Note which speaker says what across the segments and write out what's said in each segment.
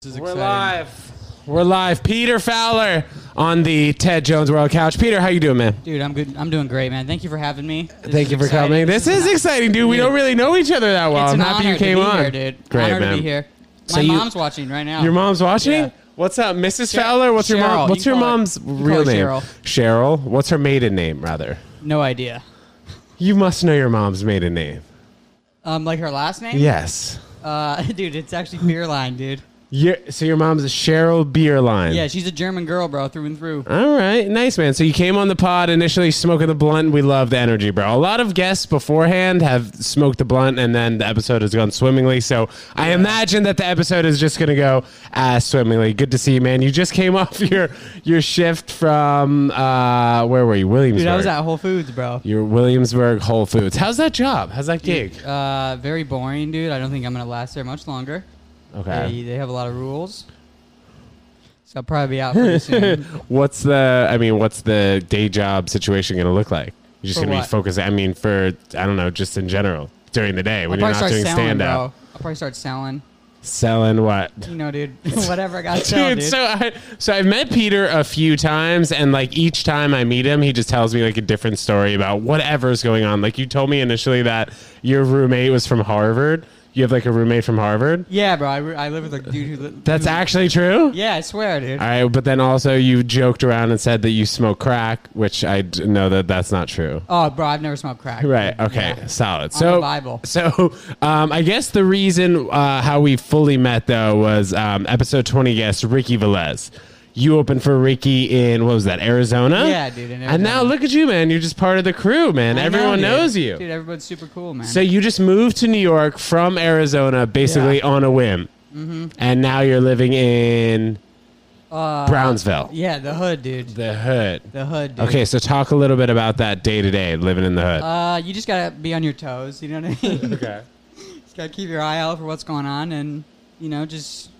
Speaker 1: This is
Speaker 2: We're
Speaker 1: exciting.
Speaker 2: live. We're live. Peter Fowler on the Ted Jones World Couch. Peter, how you doing, man?
Speaker 3: Dude, I'm good. I'm doing great, man. Thank you for having me. This
Speaker 2: Thank
Speaker 3: is
Speaker 2: you for
Speaker 3: exciting.
Speaker 2: coming. This is
Speaker 3: an-
Speaker 2: exciting, dude. We don't really know each other that well.
Speaker 3: It's
Speaker 2: I'm
Speaker 3: an
Speaker 2: happy
Speaker 3: honor
Speaker 2: you came
Speaker 3: to be
Speaker 2: on.
Speaker 3: Here, dude.
Speaker 2: Great,
Speaker 3: honor
Speaker 2: man.
Speaker 3: to be here.
Speaker 2: So
Speaker 3: My
Speaker 2: you-
Speaker 3: mom's watching right now.
Speaker 2: Your mom's watching?
Speaker 3: Yeah.
Speaker 2: What's up, Mrs. Fowler? What's your
Speaker 3: Cheryl.
Speaker 2: mom? What's
Speaker 3: You
Speaker 2: your
Speaker 3: call her-
Speaker 2: mom's
Speaker 3: you call her
Speaker 2: real name?
Speaker 3: Cheryl.
Speaker 2: Cheryl. What's her maiden name, rather?
Speaker 3: No idea.
Speaker 2: You must know your mom's maiden name.
Speaker 3: Um, like her last name?
Speaker 2: Yes.
Speaker 3: Uh, dude, it's actually Beerline, dude.
Speaker 2: you so your mom's Cheryl Beerline.
Speaker 3: Yeah, she's a German girl, bro, through and through.
Speaker 2: All right, nice man. So you came on the pod initially smoking the blunt. We love the energy, bro. A lot of guests beforehand have smoked the blunt, and then the episode has gone swimmingly. So I imagine that the episode is just gonna go as swimmingly. Good to see you, man. You just came off your your shift from uh, where were you, Williamsburg?
Speaker 3: Dude, I was at Whole Foods, bro.
Speaker 2: Your Williamsburg Whole Foods. How's that job? How's that gig?
Speaker 3: Uh, very boring, dude. I don't think I'm gonna last there much longer. They,
Speaker 2: Okay.
Speaker 3: they have a lot of rules, so I'll probably be out pretty soon.
Speaker 2: What's the? I mean, what's the day job situation gonna look like? You're just
Speaker 3: For
Speaker 2: gonna
Speaker 3: what?
Speaker 2: be focused. I mean, for I don't know, just in general during the day when
Speaker 3: I'll
Speaker 2: you're
Speaker 3: probably
Speaker 2: not
Speaker 3: start selling,
Speaker 2: doing stand
Speaker 3: bro.
Speaker 2: up.
Speaker 3: I'll probably start selling.
Speaker 2: Selling what?
Speaker 3: You know, dude. Whatever I got to sell,
Speaker 2: Dude,
Speaker 3: dude.
Speaker 2: so I so I've met Peter a few times, and like each time I meet him, he just tells me like a different story about whatever's going on. Like you told me initially that your roommate was from Harvard. You have like a roommate from Harvard.
Speaker 3: Yeah, bro. I, re- I live with a dude who. Li-
Speaker 2: That's
Speaker 3: who-
Speaker 2: actually true.
Speaker 3: Mm-hmm. Yeah, I swear, dude.
Speaker 2: All right, but then also you joked around and said that you smoke crack, which I d- know that that's not true.
Speaker 3: oh, bro, I've never smoked crack.
Speaker 2: Right. Okay. Solid.
Speaker 3: On
Speaker 2: So
Speaker 3: the Bible.
Speaker 2: So um, I guess the reason uh, how we fully met though was um, episode twenty guest Ricky Velez. You opened for Ricky in what was that Arizona?
Speaker 3: Yeah, dude, in
Speaker 2: And now
Speaker 3: Arizona.
Speaker 2: look at you, man. You're just part of the crew, man.
Speaker 3: I know,
Speaker 2: Everyone
Speaker 3: dude.
Speaker 2: knows you.
Speaker 3: Dude, everybody's super cool, man.
Speaker 2: So you just moved to New York from Arizona, basically
Speaker 3: Yeah. Mm-hmm.
Speaker 2: on a whim, and now you're living in Brownsville,
Speaker 3: Uh, yeah, the hood, dude.
Speaker 2: the hood.
Speaker 3: The hood, dude.
Speaker 2: Okay, so talk a little bit about that day to day living in the hood.
Speaker 3: Uh, you just gotta be on your toes. You know what I mean?
Speaker 2: okay.
Speaker 3: just gotta keep your eye out for what's going on, and you know, just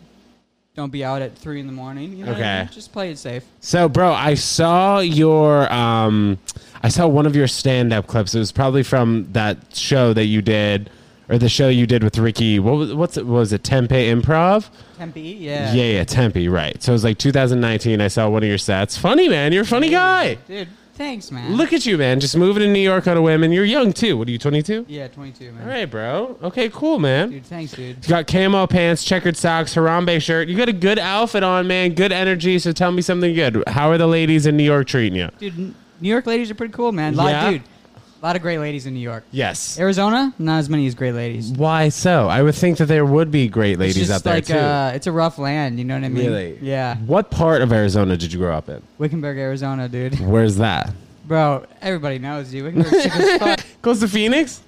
Speaker 3: don't be out at three in the morning. You know what I
Speaker 2: Okay.
Speaker 3: mean? Just play it safe.
Speaker 2: So, bro, I saw your, um, I saw one of your stand-up clips. It was probably from that show that you did, or the show you did with Ricky. What was what's it? Was it Tempe Improv?
Speaker 3: Tempe, yeah.
Speaker 2: Yeah, yeah, Tempe, right? So it was like 2019. I saw one of your sets. Funny man, you're a funny guy.
Speaker 3: Dude, thanks, man.
Speaker 2: Look at you, man. Just moving to New York on a whim, and you're young too. What are you, 22?
Speaker 3: Yeah, 22, man.
Speaker 2: All right, bro. Okay, cool, man.
Speaker 3: Dude, thanks, dude.
Speaker 2: You got camo pants, checkered socks, Harambe shirt. You got a good outfit on, man. Good energy. So tell me something good. How are the ladies in New York treating you?
Speaker 3: Dude, N- New York ladies are pretty cool, man. Lot,
Speaker 2: Yeah?
Speaker 3: dude, a lot of great ladies in New York.
Speaker 2: Yes.
Speaker 3: Arizona, not as many as great ladies.
Speaker 2: Why so? I would think that there would be great
Speaker 3: It's
Speaker 2: ladies
Speaker 3: just
Speaker 2: out there
Speaker 3: like
Speaker 2: too.
Speaker 3: Uh, it's a rough land, you know what I mean? Yeah.
Speaker 2: What part of Arizona did you grow up in?
Speaker 3: Wickenburg, Arizona, dude.
Speaker 2: Where's that?
Speaker 3: Bro, everybody knows you. Wickenburg's sick as fuck.
Speaker 2: Close to Phoenix.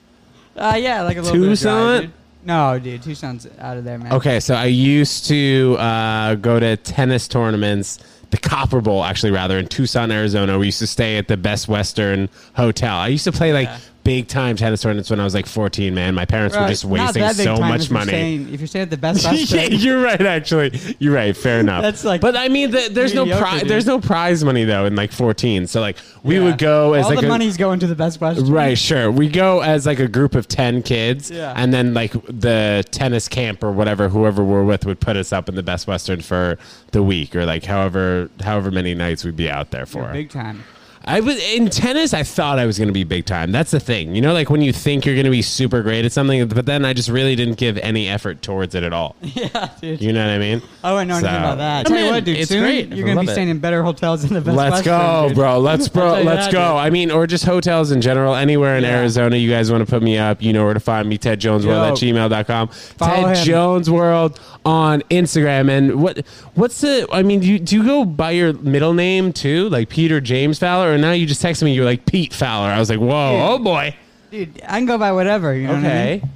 Speaker 3: Uh, yeah, like a little
Speaker 2: Tucson?
Speaker 3: Bit of drive, dude. No, dude, Tucson's out of there, man.
Speaker 2: Okay, so I used to uh, go to tennis tournaments, the Copper Bowl actually, rather in Tucson, Arizona. We used to stay at the Best Western Hotel. I used to play like
Speaker 3: Yeah.
Speaker 2: big time tennis tournaments when I was like 14. Man, my parents
Speaker 3: Bro,
Speaker 2: were just
Speaker 3: it's not
Speaker 2: wasting
Speaker 3: that big
Speaker 2: so
Speaker 3: time
Speaker 2: much
Speaker 3: if you're
Speaker 2: money.
Speaker 3: staying- if you're staying at the best
Speaker 2: yeah,
Speaker 3: restaurant,
Speaker 2: you're right. Actually, you're right. Fair enough.
Speaker 3: That's, like,
Speaker 2: but I mean, the, there's no
Speaker 3: mediocre,
Speaker 2: prize.
Speaker 3: dude.
Speaker 2: There's no prize money though in like 14. So like we
Speaker 3: yeah.
Speaker 2: would go as
Speaker 3: all
Speaker 2: like
Speaker 3: the
Speaker 2: a,
Speaker 3: money's going to the best restaurant.
Speaker 2: Right, sure. We go as like a group of 10 kids.
Speaker 3: Yeah.
Speaker 2: And then like the tennis camp or whatever, whoever we're with would put us up in the Best Western for the week or like however however many nights we'd be out there for.
Speaker 3: Big time.
Speaker 2: I was in tennis. I thought I was going to be big time. That's the thing, you know, like when you think you're going to be super great at something, but then I just really didn't give any effort towards it at all.
Speaker 3: Yeah, dude. Uh,
Speaker 2: You know what I mean?
Speaker 3: I wouldn't know anything
Speaker 2: So-
Speaker 3: about that.
Speaker 2: I
Speaker 3: Tell you
Speaker 2: mean,
Speaker 3: what, dude,
Speaker 2: it's
Speaker 3: soon
Speaker 2: great.
Speaker 3: you're
Speaker 2: I
Speaker 3: gonna
Speaker 2: love
Speaker 3: be
Speaker 2: it.
Speaker 3: staying in better hotels than the best
Speaker 2: Let's
Speaker 3: Western,
Speaker 2: go,
Speaker 3: dude.
Speaker 2: bro. Let's
Speaker 3: I'll
Speaker 2: bro.
Speaker 3: tell you
Speaker 2: Let's
Speaker 3: that,
Speaker 2: go.
Speaker 3: dude.
Speaker 2: I mean, or just hotels in general, anywhere in
Speaker 3: Yeah.
Speaker 2: Arizona. You guys want to put me up? You know where to find me. Ted Jones World at
Speaker 3: Yo.
Speaker 2: gmail.com.
Speaker 3: Follow
Speaker 2: Ted
Speaker 3: him.
Speaker 2: Jones World on Instagram. And what what's the? I mean, do you, do you go by your middle name too, like Peter James Fowler? Or now you just texted me, you're like Pete Fowler. I was like, whoa,
Speaker 3: Dude.
Speaker 2: oh boy.
Speaker 3: Dude, I can go by whatever. You know what I
Speaker 2: Okay.
Speaker 3: mean?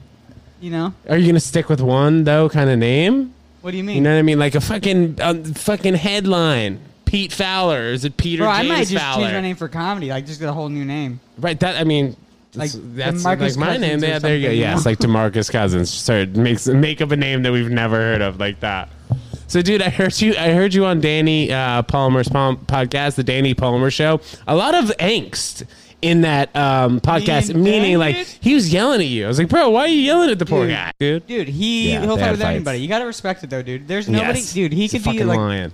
Speaker 3: You know?
Speaker 2: Are you gonna stick with one though, kind of name?
Speaker 3: What do you
Speaker 2: You
Speaker 3: mean?
Speaker 2: know what I mean? Like a fucking um, fucking headline. Pete Fowler. Or Is it Peter
Speaker 3: Bro, I
Speaker 2: James
Speaker 3: might just
Speaker 2: Fowler?
Speaker 3: change my name for comedy. Like, just get a whole new name.
Speaker 2: Right. That I mean,
Speaker 3: Like,
Speaker 2: that's, that's like
Speaker 3: Demarcus
Speaker 2: my
Speaker 3: Cousins
Speaker 2: name.
Speaker 3: or
Speaker 2: Yeah, there you
Speaker 3: something,
Speaker 2: go.
Speaker 3: you
Speaker 2: Yes,
Speaker 3: know?
Speaker 2: like Demarcus Cousins. Sorry, makes make up a name that we've never heard of like that. So, dude, I heard you. I heard you on Danny uh, Palmer's pom- podcast, the Danny Palmer Show. A lot of angst in that um, podcast,
Speaker 3: Mean
Speaker 2: meaning like
Speaker 3: dude.
Speaker 2: he was yelling at you. I was like, bro, why are you yelling at the poor guy, dude?
Speaker 3: Dude, he
Speaker 2: Yeah,
Speaker 3: he'll
Speaker 2: they
Speaker 3: fight
Speaker 2: had
Speaker 3: with
Speaker 2: fights.
Speaker 3: anybody. You gotta respect it though, dude. There's nobody,
Speaker 2: Yes.
Speaker 3: dude. He
Speaker 2: He's a
Speaker 3: could be
Speaker 2: fucking
Speaker 3: like
Speaker 2: lion.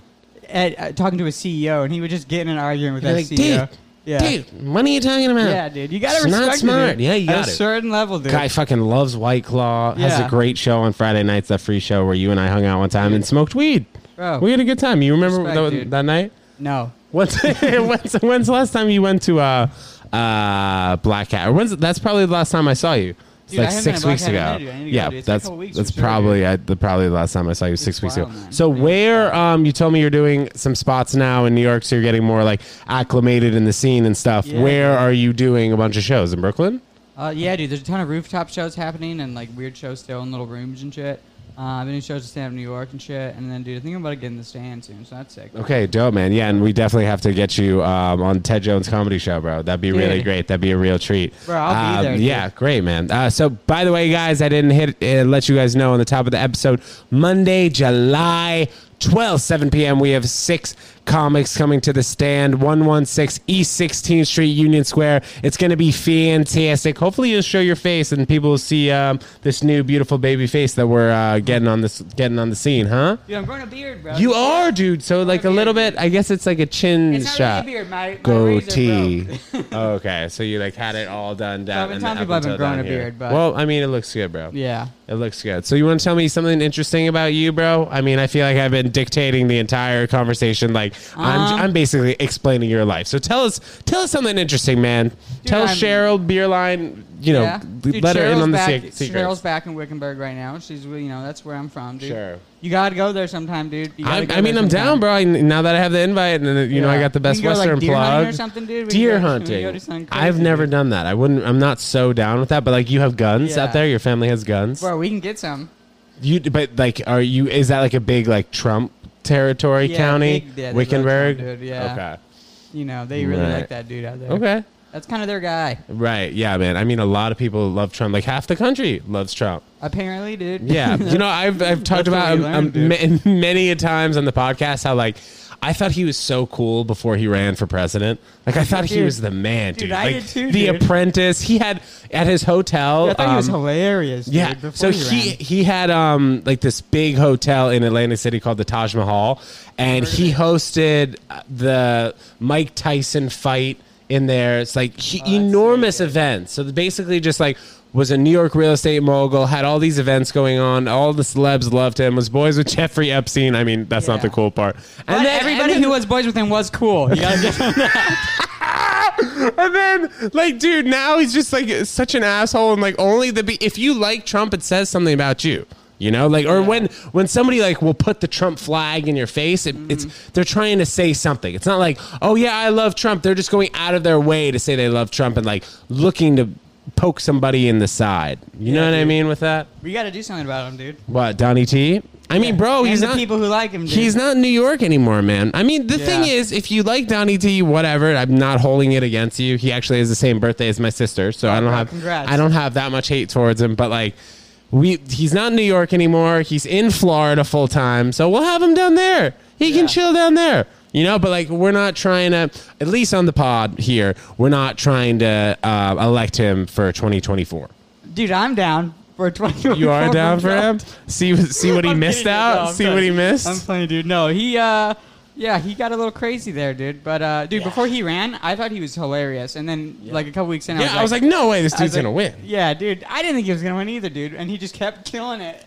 Speaker 3: at, uh, talking to a CEO, and he would just get in an argument with
Speaker 2: You're
Speaker 3: that
Speaker 2: like,
Speaker 3: CEO.
Speaker 2: dude, dude, what are you talking about?
Speaker 3: Yeah, dude, you gotta
Speaker 2: It's
Speaker 3: respect
Speaker 2: not smart.
Speaker 3: It, dude.
Speaker 2: Yeah, you
Speaker 3: At
Speaker 2: got
Speaker 3: a
Speaker 2: it.
Speaker 3: certain level, dude.
Speaker 2: Guy fucking loves White Claw. Has
Speaker 3: Yeah.
Speaker 2: a great show on Friday nights, that free show where you and I hung out one time and smoked weed.
Speaker 3: Bro.
Speaker 2: We had a good time. You remember
Speaker 3: Respect,
Speaker 2: tho-
Speaker 3: dude.
Speaker 2: that night?
Speaker 3: no,
Speaker 2: When's, when's, when's the last time you went to uh, uh, Black Hat? Or when's, that's probably the last time I saw you. It's
Speaker 3: Dude, I
Speaker 2: like
Speaker 3: haven't been
Speaker 2: six
Speaker 3: to Black
Speaker 2: weeks
Speaker 3: Hat in a
Speaker 2: ago.
Speaker 3: minute, dude. I need to go,
Speaker 2: yeah,
Speaker 3: dude. It's been a
Speaker 2: that's
Speaker 3: couple weeks
Speaker 2: that's
Speaker 3: for sure,
Speaker 2: probably I, the probably the last time I saw you was six
Speaker 3: It's
Speaker 2: weeks ago.
Speaker 3: wild, man.
Speaker 2: So
Speaker 3: Yeah.
Speaker 2: where um, you told me you're doing some spots now in New York, so you're getting more like acclimated in the scene and stuff.
Speaker 3: Yeah,
Speaker 2: where
Speaker 3: dude.
Speaker 2: are you doing a bunch of shows in Brooklyn?
Speaker 3: Uh, yeah, dude. There's a ton of rooftop shows happening and like weird shows still in little rooms and shit. Uh, I've been doing shows in stand up New York and shit. And then, dude, I think I'm about to get in the stand soon, so that's sick.
Speaker 2: Okay, dope, man. Yeah, and we definitely have to get you um, on Ted Jones Comedy Show, bro. That'd be really
Speaker 3: Dude.
Speaker 2: great. That'd be a real treat.
Speaker 3: Bro, I'll be
Speaker 2: Um,
Speaker 3: there, dude.
Speaker 2: Yeah, great, man. Uh, so, by the way, guys, I didn't hit uh, let you guys know on the top of the episode. Monday, July 12th, 7 p.m. We have six comics coming to the stand, 116 East 16th Street, Union Square. It's going to be fantastic. Hopefully, you'll show your face and people will see um, this new beautiful baby face that we're uh, getting on this getting on the scene, huh?
Speaker 3: Dude, I'm growing a beard, bro.
Speaker 2: You are, dude. So like a
Speaker 3: beard,
Speaker 2: little bit. I guess it's like a chin
Speaker 3: It's not
Speaker 2: shot.
Speaker 3: really a beard. My, my
Speaker 2: Goatee.
Speaker 3: Razor broke.
Speaker 2: oh, okay, so you like had it all done down.
Speaker 3: I've been
Speaker 2: and
Speaker 3: telling
Speaker 2: then
Speaker 3: people
Speaker 2: up
Speaker 3: I've been
Speaker 2: until
Speaker 3: growing
Speaker 2: down
Speaker 3: a
Speaker 2: here.
Speaker 3: beard, but-
Speaker 2: well, I mean, it looks good, bro.
Speaker 3: yeah.
Speaker 2: It looks good. So you want to tell me something interesting about you, bro? I mean, I feel like I've been dictating the entire conversation. Like I'm,
Speaker 3: Um,
Speaker 2: I'm basically explaining your life. So tell us, tell us something interesting, man. tell
Speaker 3: I'm-
Speaker 2: Cheryl Beerline, you know,
Speaker 3: yeah. Dude,
Speaker 2: let her in
Speaker 3: Cheryl's
Speaker 2: on the
Speaker 3: back,
Speaker 2: sec-
Speaker 3: Cheryl's
Speaker 2: secrets.
Speaker 3: back in Wickenburg right now. She's, you know, that's where I'm from, dude.
Speaker 2: Sure.
Speaker 3: You gotta go there sometime, dude. You gotta
Speaker 2: I'm,
Speaker 3: go
Speaker 2: I mean,
Speaker 3: there
Speaker 2: I'm
Speaker 3: sometime.
Speaker 2: down, bro. I, now that I have the invite, and uh, you know, I
Speaker 3: Yeah.
Speaker 2: got the
Speaker 3: We
Speaker 2: best
Speaker 3: can go, like,
Speaker 2: Western
Speaker 3: deer hunting
Speaker 2: plug.
Speaker 3: Or something, dude. We can
Speaker 2: deer
Speaker 3: go- we can go
Speaker 2: hunting.
Speaker 3: do something crazy,
Speaker 2: I've never
Speaker 3: dude.
Speaker 2: done that. I wouldn't. I'm not so down with that. But like, you have guns
Speaker 3: Yeah.
Speaker 2: out there. Your family has guns.
Speaker 3: Bro, we can get some.
Speaker 2: You, but like, are you? Is that like a big like Trump territory
Speaker 3: Yeah,
Speaker 2: county?
Speaker 3: big- yeah, there's a lot of
Speaker 2: Wickenburg.
Speaker 3: Trump, dude, yeah.
Speaker 2: Okay.
Speaker 3: You know, they really
Speaker 2: Right.
Speaker 3: like that dude out there.
Speaker 2: Okay.
Speaker 3: That's kind of their guy.
Speaker 2: Right. Yeah, man. I mean, a lot of people love Trump. Like half the country loves Trump.
Speaker 3: Apparently, dude.
Speaker 2: Yeah, you know, I've I've talked
Speaker 3: That's
Speaker 2: about
Speaker 3: what we
Speaker 2: um, um,
Speaker 3: learned,
Speaker 2: ma- many a times on the podcast how like I thought he was so cool before he ran for president. Like I thought he
Speaker 3: Dude.
Speaker 2: was the man, dude.
Speaker 3: Dude, I
Speaker 2: like
Speaker 3: did too,
Speaker 2: the
Speaker 3: dude.
Speaker 2: apprentice. He had at his hotel.
Speaker 3: I thought he was
Speaker 2: um,
Speaker 3: hilarious. Dude,
Speaker 2: yeah.
Speaker 3: before
Speaker 2: So he
Speaker 3: ran.
Speaker 2: he had um like this big hotel in Atlantic City called the Taj Mahal, and he hosted uh, the Mike Tyson fight in there. It's like
Speaker 3: Oh,
Speaker 2: he, enormous events. So basically, just like was a New York real estate mogul, had all these events going on. All the celebs loved him. Was boys with Jeffrey Epstein. I mean, that's not
Speaker 3: Yeah.
Speaker 2: the cool part.
Speaker 3: But everybody who was boys with him was cool. You gotta get-
Speaker 2: And then, like, dude, now he's just like such an asshole, and like only the be- if you like Trump, it says something about you. You know, like, or when when somebody like will put the Trump flag in your face, it,
Speaker 3: Mm-hmm.
Speaker 2: it's they're trying to say something. It's not like, oh yeah, I love Trump. They're just going out of their way to say they love Trump and like looking to poke somebody in the side. You know
Speaker 3: Yeah,
Speaker 2: what I
Speaker 3: dude.
Speaker 2: mean with that?
Speaker 3: we gotta do something about him, dude.
Speaker 2: What Donnie T? I mean, bro,
Speaker 3: and
Speaker 2: he's
Speaker 3: the
Speaker 2: not.
Speaker 3: people who like him. Dude.
Speaker 2: He's not in New York anymore, man. I mean, the
Speaker 3: Yeah.
Speaker 2: thing is, if you like Donnie T, whatever, I'm not holding it against you. He actually has the same birthday as my sister, so I don't
Speaker 3: bro,
Speaker 2: have
Speaker 3: congrats.
Speaker 2: I don't have that much hate towards him. But like, we he's not in New York anymore. He's in Florida full time, so we'll have him down there. He
Speaker 3: Yeah.
Speaker 2: can chill down there, you know. But like, we're not trying to, at least on the pod here, we're not trying to uh, elect him for 2024.
Speaker 3: dude. I'm down for a 20.
Speaker 2: You are down for him? See see what he
Speaker 3: I'm
Speaker 2: missed
Speaker 3: kidding, dude. No,
Speaker 2: out.
Speaker 3: I'm
Speaker 2: see
Speaker 3: playing.
Speaker 2: what he missed.
Speaker 3: I'm playing, dude. No, he, uh, yeah, he got a little crazy there, dude. But, uh, dude, before he ran, I thought he was hilarious. And then, like, a couple weeks in,
Speaker 2: yeah,
Speaker 3: I was like,
Speaker 2: no way, this
Speaker 3: I was
Speaker 2: dude's gonna
Speaker 3: like-
Speaker 2: win.
Speaker 3: Yeah, dude. I didn't think he was going to win either, dude. And he just kept killing it.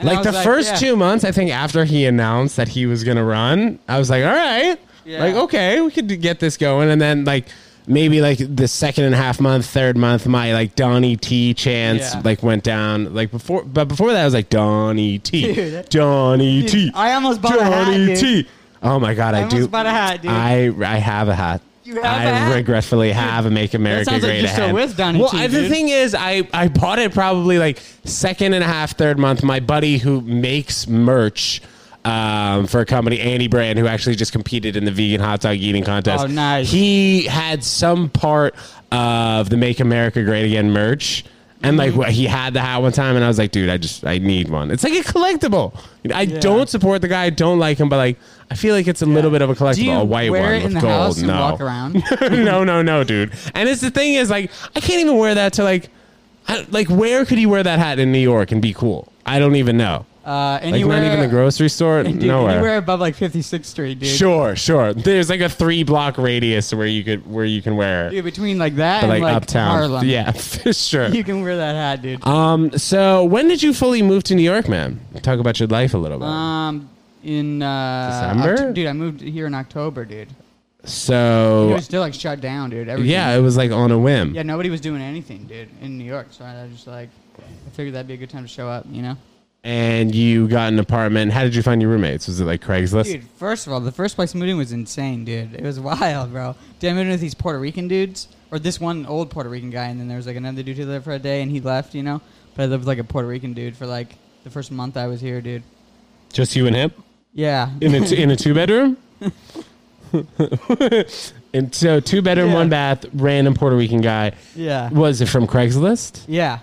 Speaker 3: And I
Speaker 2: like
Speaker 3: was
Speaker 2: the first
Speaker 3: yeah.
Speaker 2: two months, I think after he announced that he was gonna run, I was like, all right,
Speaker 3: Yeah.
Speaker 2: like okay, we could get this going, and then like. Maybe like the second and a half month, third month, my like Donnie T chance
Speaker 3: Yeah.
Speaker 2: like went down. Like before, but before that, I was like Donnie T,
Speaker 3: Dude, that-
Speaker 2: Donnie T,
Speaker 3: Dude, I almost bought
Speaker 2: Donnie
Speaker 3: a hat, dude.
Speaker 2: T. Oh my god, I,
Speaker 3: I
Speaker 2: do.
Speaker 3: almost bought a hat, dude.
Speaker 2: I I have a hat.
Speaker 3: You have
Speaker 2: I
Speaker 3: a hat?
Speaker 2: regretfully have a Make America
Speaker 3: sounds like
Speaker 2: Great
Speaker 3: you're still
Speaker 2: Again.
Speaker 3: with Donnie
Speaker 2: well,
Speaker 3: T,
Speaker 2: I- the
Speaker 3: dude.
Speaker 2: thing is, I I bought it probably like second and a half, third month. My buddy who makes merch. Um, for a company, Andy Brand, who actually just competed in the vegan hot dog eating contest.
Speaker 3: Oh, nice.
Speaker 2: He had some part of the Make America Great Again merch. And like
Speaker 3: Mm-hmm.
Speaker 2: wh- he had the hat one time, and I was like, dude, I just I need one. It's like a collectible. I
Speaker 3: Yeah.
Speaker 2: don't support the guy. I don't like him, but like I feel like it's a little bit of a collectible.
Speaker 3: Do you
Speaker 2: a white
Speaker 3: wear
Speaker 2: one
Speaker 3: it in
Speaker 2: with
Speaker 3: the
Speaker 2: gold.
Speaker 3: house and
Speaker 2: no.
Speaker 3: walk around? Uh,
Speaker 2: no, no, no, dude. And it's the thing is like I can't even wear that to like, I, like where could you wear that hat in New York and be cool? I don't even know.
Speaker 3: Uh,
Speaker 2: Like
Speaker 3: anywhere,
Speaker 2: not even the grocery store.
Speaker 3: dude,
Speaker 2: Nowhere.
Speaker 3: anywhere above like 56th Street, dude.
Speaker 2: Sure, sure. There's like a three block radius where you could where you can wear it,
Speaker 3: Dude, between like that
Speaker 2: but
Speaker 3: and
Speaker 2: like,
Speaker 3: like
Speaker 2: uptown.
Speaker 3: Harlem.
Speaker 2: Yeah, for sure.
Speaker 3: You can wear that hat, dude.
Speaker 2: Um. So when did you fully move to New York, man? Talk about your life a little bit.
Speaker 3: Um, in uh,
Speaker 2: December?
Speaker 3: Oct- dude, I moved here in October, dude. It
Speaker 2: so
Speaker 3: was still like shut down, dude. Everything-
Speaker 2: yeah, it was like on a whim.
Speaker 3: yeah, nobody was doing anything, dude, in New York. So I was just like, I figured that'd be a good time to show up, you know.
Speaker 2: And you got an apartment. How did you find your roommates? Was it like Craigslist?
Speaker 3: Dude, first of all, the first place moving was insane, dude. It was wild, bro. Dude, I moved in with these Puerto Rican dudes, or this one old Puerto Rican guy, and then there was like another dude who lived for a day, and he left, you know. But I lived with like a Puerto Rican dude for like the first month I was here, dude.
Speaker 2: Just you and him
Speaker 3: Yeah,
Speaker 2: in a t- in a two bedroom. and so two bedroom,
Speaker 3: Yeah.
Speaker 2: one bath, random Puerto Rican guy.
Speaker 3: yeah,
Speaker 2: Was it from Craigslist?
Speaker 3: yeah.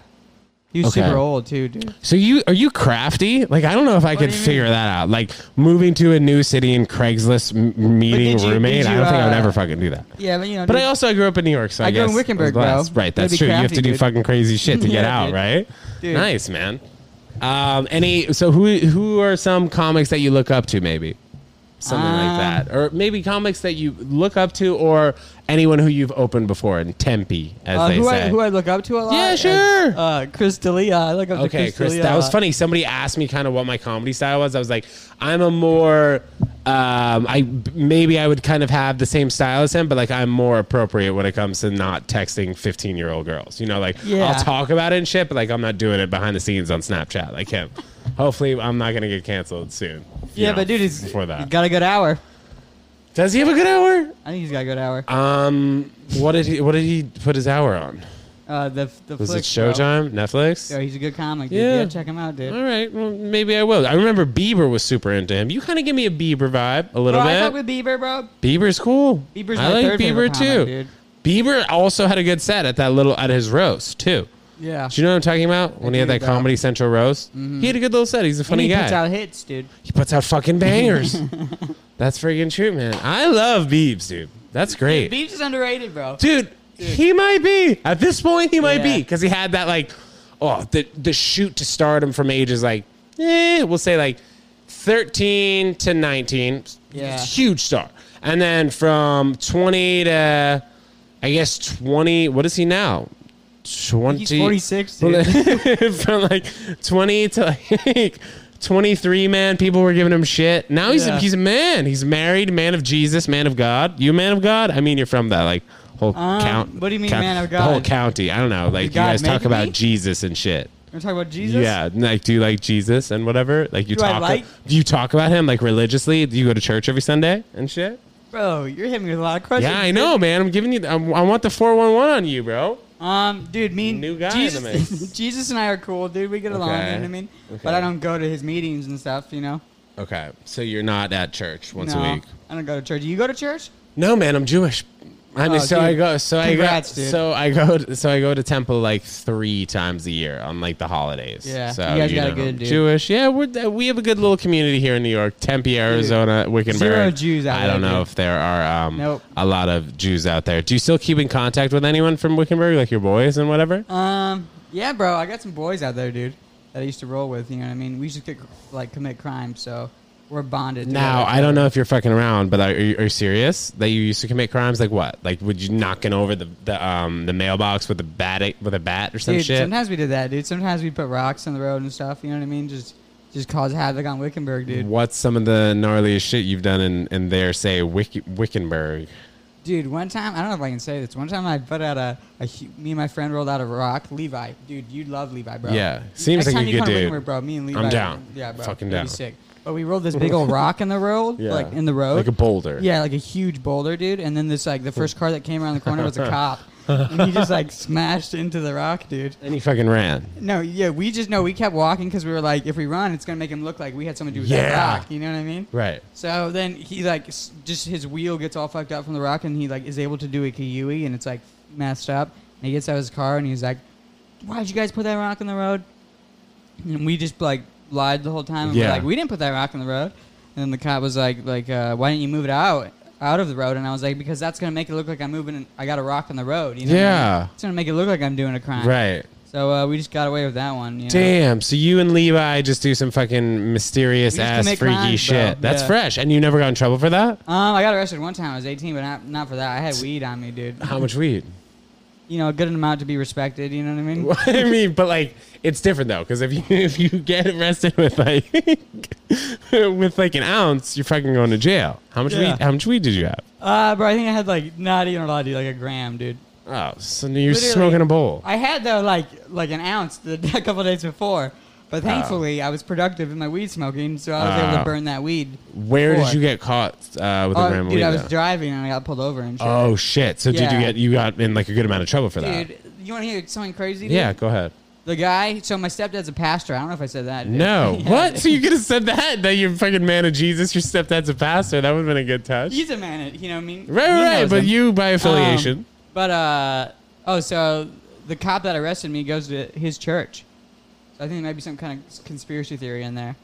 Speaker 3: He was
Speaker 2: Okay.
Speaker 3: super old too, dude.
Speaker 2: So you are you crafty? Like I don't know if I
Speaker 3: do
Speaker 2: could
Speaker 3: you
Speaker 2: figure
Speaker 3: mean?
Speaker 2: that out. Like moving to a new city and Craigslist m- meeting
Speaker 3: did you-
Speaker 2: roommate.
Speaker 3: did
Speaker 2: I
Speaker 3: you,
Speaker 2: don't think I would
Speaker 3: uh,
Speaker 2: ever fucking do that.
Speaker 3: Yeah, but you know,
Speaker 2: But
Speaker 3: dude,
Speaker 2: I also I grew up in New York, so I,
Speaker 3: I grew
Speaker 2: guess
Speaker 3: in Wickenburg,
Speaker 2: I was blessed.
Speaker 3: bro.
Speaker 2: Right,
Speaker 3: Gotta
Speaker 2: that's
Speaker 3: be
Speaker 2: true. you have
Speaker 3: crafty,
Speaker 2: to do
Speaker 3: dude.
Speaker 2: fucking crazy shit to
Speaker 3: Yeah,
Speaker 2: get out,
Speaker 3: dude.
Speaker 2: right?
Speaker 3: Dude.
Speaker 2: Nice, man. Um, any so who who are some comics that you look up to maybe? Something
Speaker 3: Um,
Speaker 2: like that. Or maybe comics that you look up to or anyone who you've opened before in Tempe, as
Speaker 3: uh,
Speaker 2: they
Speaker 3: who
Speaker 2: say.
Speaker 3: I who I look up to a lot.
Speaker 2: Yeah,
Speaker 3: is,
Speaker 2: sure.
Speaker 3: Uh, Chris D'Elia. I look up
Speaker 2: Okay,
Speaker 3: to Chris,
Speaker 2: Chris,
Speaker 3: D'Elia
Speaker 2: that
Speaker 3: a
Speaker 2: was
Speaker 3: lot.
Speaker 2: funny. Somebody asked me kind of what my comedy style was. I was like, I'm a more, um, I maybe I would kind of have the same style as him, but like I'm more appropriate when it comes to not texting 15 year old girls. You know, like
Speaker 3: Yeah.
Speaker 2: I'll talk about it and shit, but like I'm not doing it behind the scenes on Snapchat like him. Hopefully, I'm not gonna get canceled soon. you
Speaker 3: Yeah,
Speaker 2: know,
Speaker 3: but dude, he's,
Speaker 2: before
Speaker 3: he's
Speaker 2: that,
Speaker 3: got a good hour.
Speaker 2: does he have a good hour?
Speaker 3: I think he's got a good hour.
Speaker 2: Um, what did he? What did he put his hour on?
Speaker 3: Uh, the the
Speaker 2: Was
Speaker 3: flicks,
Speaker 2: it
Speaker 3: bro.
Speaker 2: Showtime? Netflix?
Speaker 3: Yeah, he's a good comic. Dude.
Speaker 2: Yeah.
Speaker 3: Yeah. check him out, dude.
Speaker 2: All right, well, maybe I will. I remember Bieber was super into him. You kind of give me a Bieber vibe a little
Speaker 3: Bro, I fuck
Speaker 2: bit.
Speaker 3: with Bieber, bro.
Speaker 2: Bieber's cool.
Speaker 3: Bieber's
Speaker 2: I
Speaker 3: my
Speaker 2: like
Speaker 3: third
Speaker 2: Bieber
Speaker 3: favorite
Speaker 2: too.
Speaker 3: comic, dude.
Speaker 2: Bieber also had a good set at that little at his roast too.
Speaker 3: Yeah.
Speaker 2: Do you know what I'm talking about? When he had
Speaker 3: do,
Speaker 2: that
Speaker 3: bro.
Speaker 2: Comedy Central roast, he had a good little set. He's a funny
Speaker 3: and Mm-hmm. he
Speaker 2: guy.
Speaker 3: puts out hits, dude.
Speaker 2: he puts out fucking bangers. That's freaking true, man. I love Biebs, dude. That's great
Speaker 3: Beach is underrated, bro.
Speaker 2: dude, he might be at this point. He might be
Speaker 3: Yeah.
Speaker 2: because he had that like, oh, the the shoot to stardom from ages like, eh, we'll say like, thirteen to nineteen,
Speaker 3: Yeah.
Speaker 2: huge star, and then from twenty to, I guess twenty. What is he now? Twenty.
Speaker 3: He's 46, dude.
Speaker 2: from like twenty to like. 23 man people were giving him shit now he's a,
Speaker 3: Yeah.
Speaker 2: he's a man he's married man of jesus man of god you a man of god i mean you're from that like whole
Speaker 3: Um,
Speaker 2: count
Speaker 3: what do you mean,
Speaker 2: count-
Speaker 3: man of
Speaker 2: the whole
Speaker 3: God?
Speaker 2: county i don't know like you
Speaker 3: God
Speaker 2: guys talk
Speaker 3: make
Speaker 2: about
Speaker 3: me?
Speaker 2: jesus and shit
Speaker 3: We're talking about Jesus.
Speaker 2: yeah like do you like jesus and whatever like you
Speaker 3: Do I
Speaker 2: talk
Speaker 3: like-
Speaker 2: do you talk about him like religiously do you go to church every sunday and shit
Speaker 3: Bro, you're hitting me with a lot of questions.
Speaker 2: yeah i know man i'm giving you i, I want the 411 on you bro
Speaker 3: Um, dude, me and
Speaker 2: New guy in the mix.
Speaker 3: Jesus, Jesus and I are cool, dude. We get along. You know
Speaker 2: Okay.
Speaker 3: what I mean?
Speaker 2: Okay.
Speaker 3: But I don't go to his meetings and stuff. You know.
Speaker 2: okay so you're not at church once
Speaker 3: no,
Speaker 2: a week
Speaker 3: I don't go to church. You go to church?
Speaker 2: No, man, I'm Jewish. I mean,
Speaker 3: Oh,
Speaker 2: so
Speaker 3: dude.
Speaker 2: I go, so
Speaker 3: Congrats,
Speaker 2: I go,
Speaker 3: dude.
Speaker 2: so I go, so I go to temple like three times a year on like the holidays.
Speaker 3: Yeah,
Speaker 2: so
Speaker 3: you guys got a
Speaker 2: know,
Speaker 3: good
Speaker 2: I'm
Speaker 3: dude.
Speaker 2: Jewish. Yeah, we're, uh, we have a good little community here in New York, Tempe, Arizona, Wickenburg.
Speaker 3: zero Jews out
Speaker 2: I don't
Speaker 3: there,
Speaker 2: know
Speaker 3: dude.
Speaker 2: if there are um,
Speaker 3: Nope.
Speaker 2: a lot of Jews out there. Do you still keep in contact with anyone from Wickenburg, like your boys and whatever?
Speaker 3: Um, yeah, bro. I got some boys out there, dude, that I used to roll with. You know what I mean? We used to get, like commit crimes, so we're bonded.
Speaker 2: Now
Speaker 3: together.
Speaker 2: I don't know if you're fucking around, but are, are, you, are you serious that you used to commit crimes? Like what? Like would you knocking over the, the um the mailbox with a bat with a bat or some
Speaker 3: dude,
Speaker 2: shit?
Speaker 3: Sometimes we did that, dude. Sometimes we put rocks on the road and stuff. You know what I mean? Just just cause havoc on Wickenburg, dude.
Speaker 2: What's some of the gnarliest shit you've done in, in there, say, Wick, Wickenburg?
Speaker 3: Dude, one time I don't know if I can say this. One time I put out a, a hu- me and my friend rolled out a rock. Levi, dude, you'd love Levi, bro.
Speaker 2: Yeah, seems
Speaker 3: Next
Speaker 2: like
Speaker 3: time
Speaker 2: a
Speaker 3: you
Speaker 2: good
Speaker 3: come to
Speaker 2: dude.
Speaker 3: Wickenburg, bro. Me and Levi,
Speaker 2: down.
Speaker 3: Yeah, bro.
Speaker 2: Fucking
Speaker 3: That'd be
Speaker 2: down.
Speaker 3: Sick. But we rolled this big old rock in the road, like in the road,
Speaker 2: Like a boulder.
Speaker 3: Yeah, like a huge boulder, dude. And then this like the first car that came around the corner was a cop, and he just like smashed into the rock, dude.
Speaker 2: And he fucking ran.
Speaker 3: No, yeah, we just no, we kept walking because we were like, if we run, it's gonna make him look like we had something to do with
Speaker 2: Yeah.
Speaker 3: that rock. You know what I mean?
Speaker 2: Right.
Speaker 3: So then he like s- just his wheel gets all fucked up from the rock, and he like is able to do a kiwi, and it's like messed up. And he gets out of his car, and he's like, why'd you guys put that rock in the road? And we just like lied the whole time. And
Speaker 2: Yeah.
Speaker 3: We're like, we didn't put that rock in the road. And then the cop was like, like, uh, why didn't you move it out out of the road? And I was like, because that's gonna make it look like I'm moving. I got a rock in the road. You know?
Speaker 2: Yeah.
Speaker 3: It's gonna make it look like I'm doing a crime.
Speaker 2: Right.
Speaker 3: So uh, we just got away with that one. You know?
Speaker 2: Damn. So you and Levi just do some fucking mysterious
Speaker 3: We just
Speaker 2: ass
Speaker 3: commit
Speaker 2: freaky
Speaker 3: crimes, bro.
Speaker 2: shit. That's
Speaker 3: Yeah.
Speaker 2: fresh. And you never got in trouble for that?
Speaker 3: Um, I got arrested one time. I was 18, but not, not for that. I had weed on me, dude.
Speaker 2: How much weed?
Speaker 3: You know, a good amount to be respected. You know what I mean?
Speaker 2: I mean, but like it's different though, because if you if you get arrested with like with like an ounce, you're fucking going to jail. How much
Speaker 3: Yeah.
Speaker 2: weed? How much weed did you have?
Speaker 3: Uh, bro, I think I had like not even a lot, dude, like a gram, dude.
Speaker 2: Oh, so you're
Speaker 3: Literally.
Speaker 2: smoking a bowl.
Speaker 3: I had though like like an ounce the, a couple days before, but thankfully I was productive in my weed smoking, so I was able
Speaker 2: Wow.
Speaker 3: to burn that weed.
Speaker 2: Where
Speaker 3: before.
Speaker 2: did you get caught uh, with a
Speaker 3: Oh,
Speaker 2: gram of
Speaker 3: dude,
Speaker 2: weed?
Speaker 3: I was
Speaker 2: though?
Speaker 3: driving and I got pulled over and shit.
Speaker 2: oh shit! So did
Speaker 3: Yeah.
Speaker 2: you get you got in like a good amount of trouble for that?
Speaker 3: dude, you want to hear something crazy? Dude?
Speaker 2: Yeah, go ahead.
Speaker 3: The guy. So my stepdad's a pastor. I don't know if I said that. dude.
Speaker 2: No,
Speaker 3: Yeah,
Speaker 2: what?
Speaker 3: dude.
Speaker 2: So you could have said that that you're fucking man of Jesus. Your stepdad's a pastor. That would have been a good touch.
Speaker 3: He's a man. You know what I mean?
Speaker 2: right,
Speaker 3: He
Speaker 2: right. right.
Speaker 3: knows
Speaker 2: But
Speaker 3: him.
Speaker 2: you by affiliation.
Speaker 3: Um, but uh, oh, so the cop that arrested me goes to his church. So I think there might be some kind of conspiracy theory in there.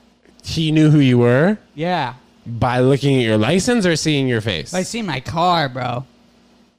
Speaker 2: he knew who you were
Speaker 3: Yeah,
Speaker 2: by looking at your license or seeing your face.
Speaker 3: but I see my car, bro.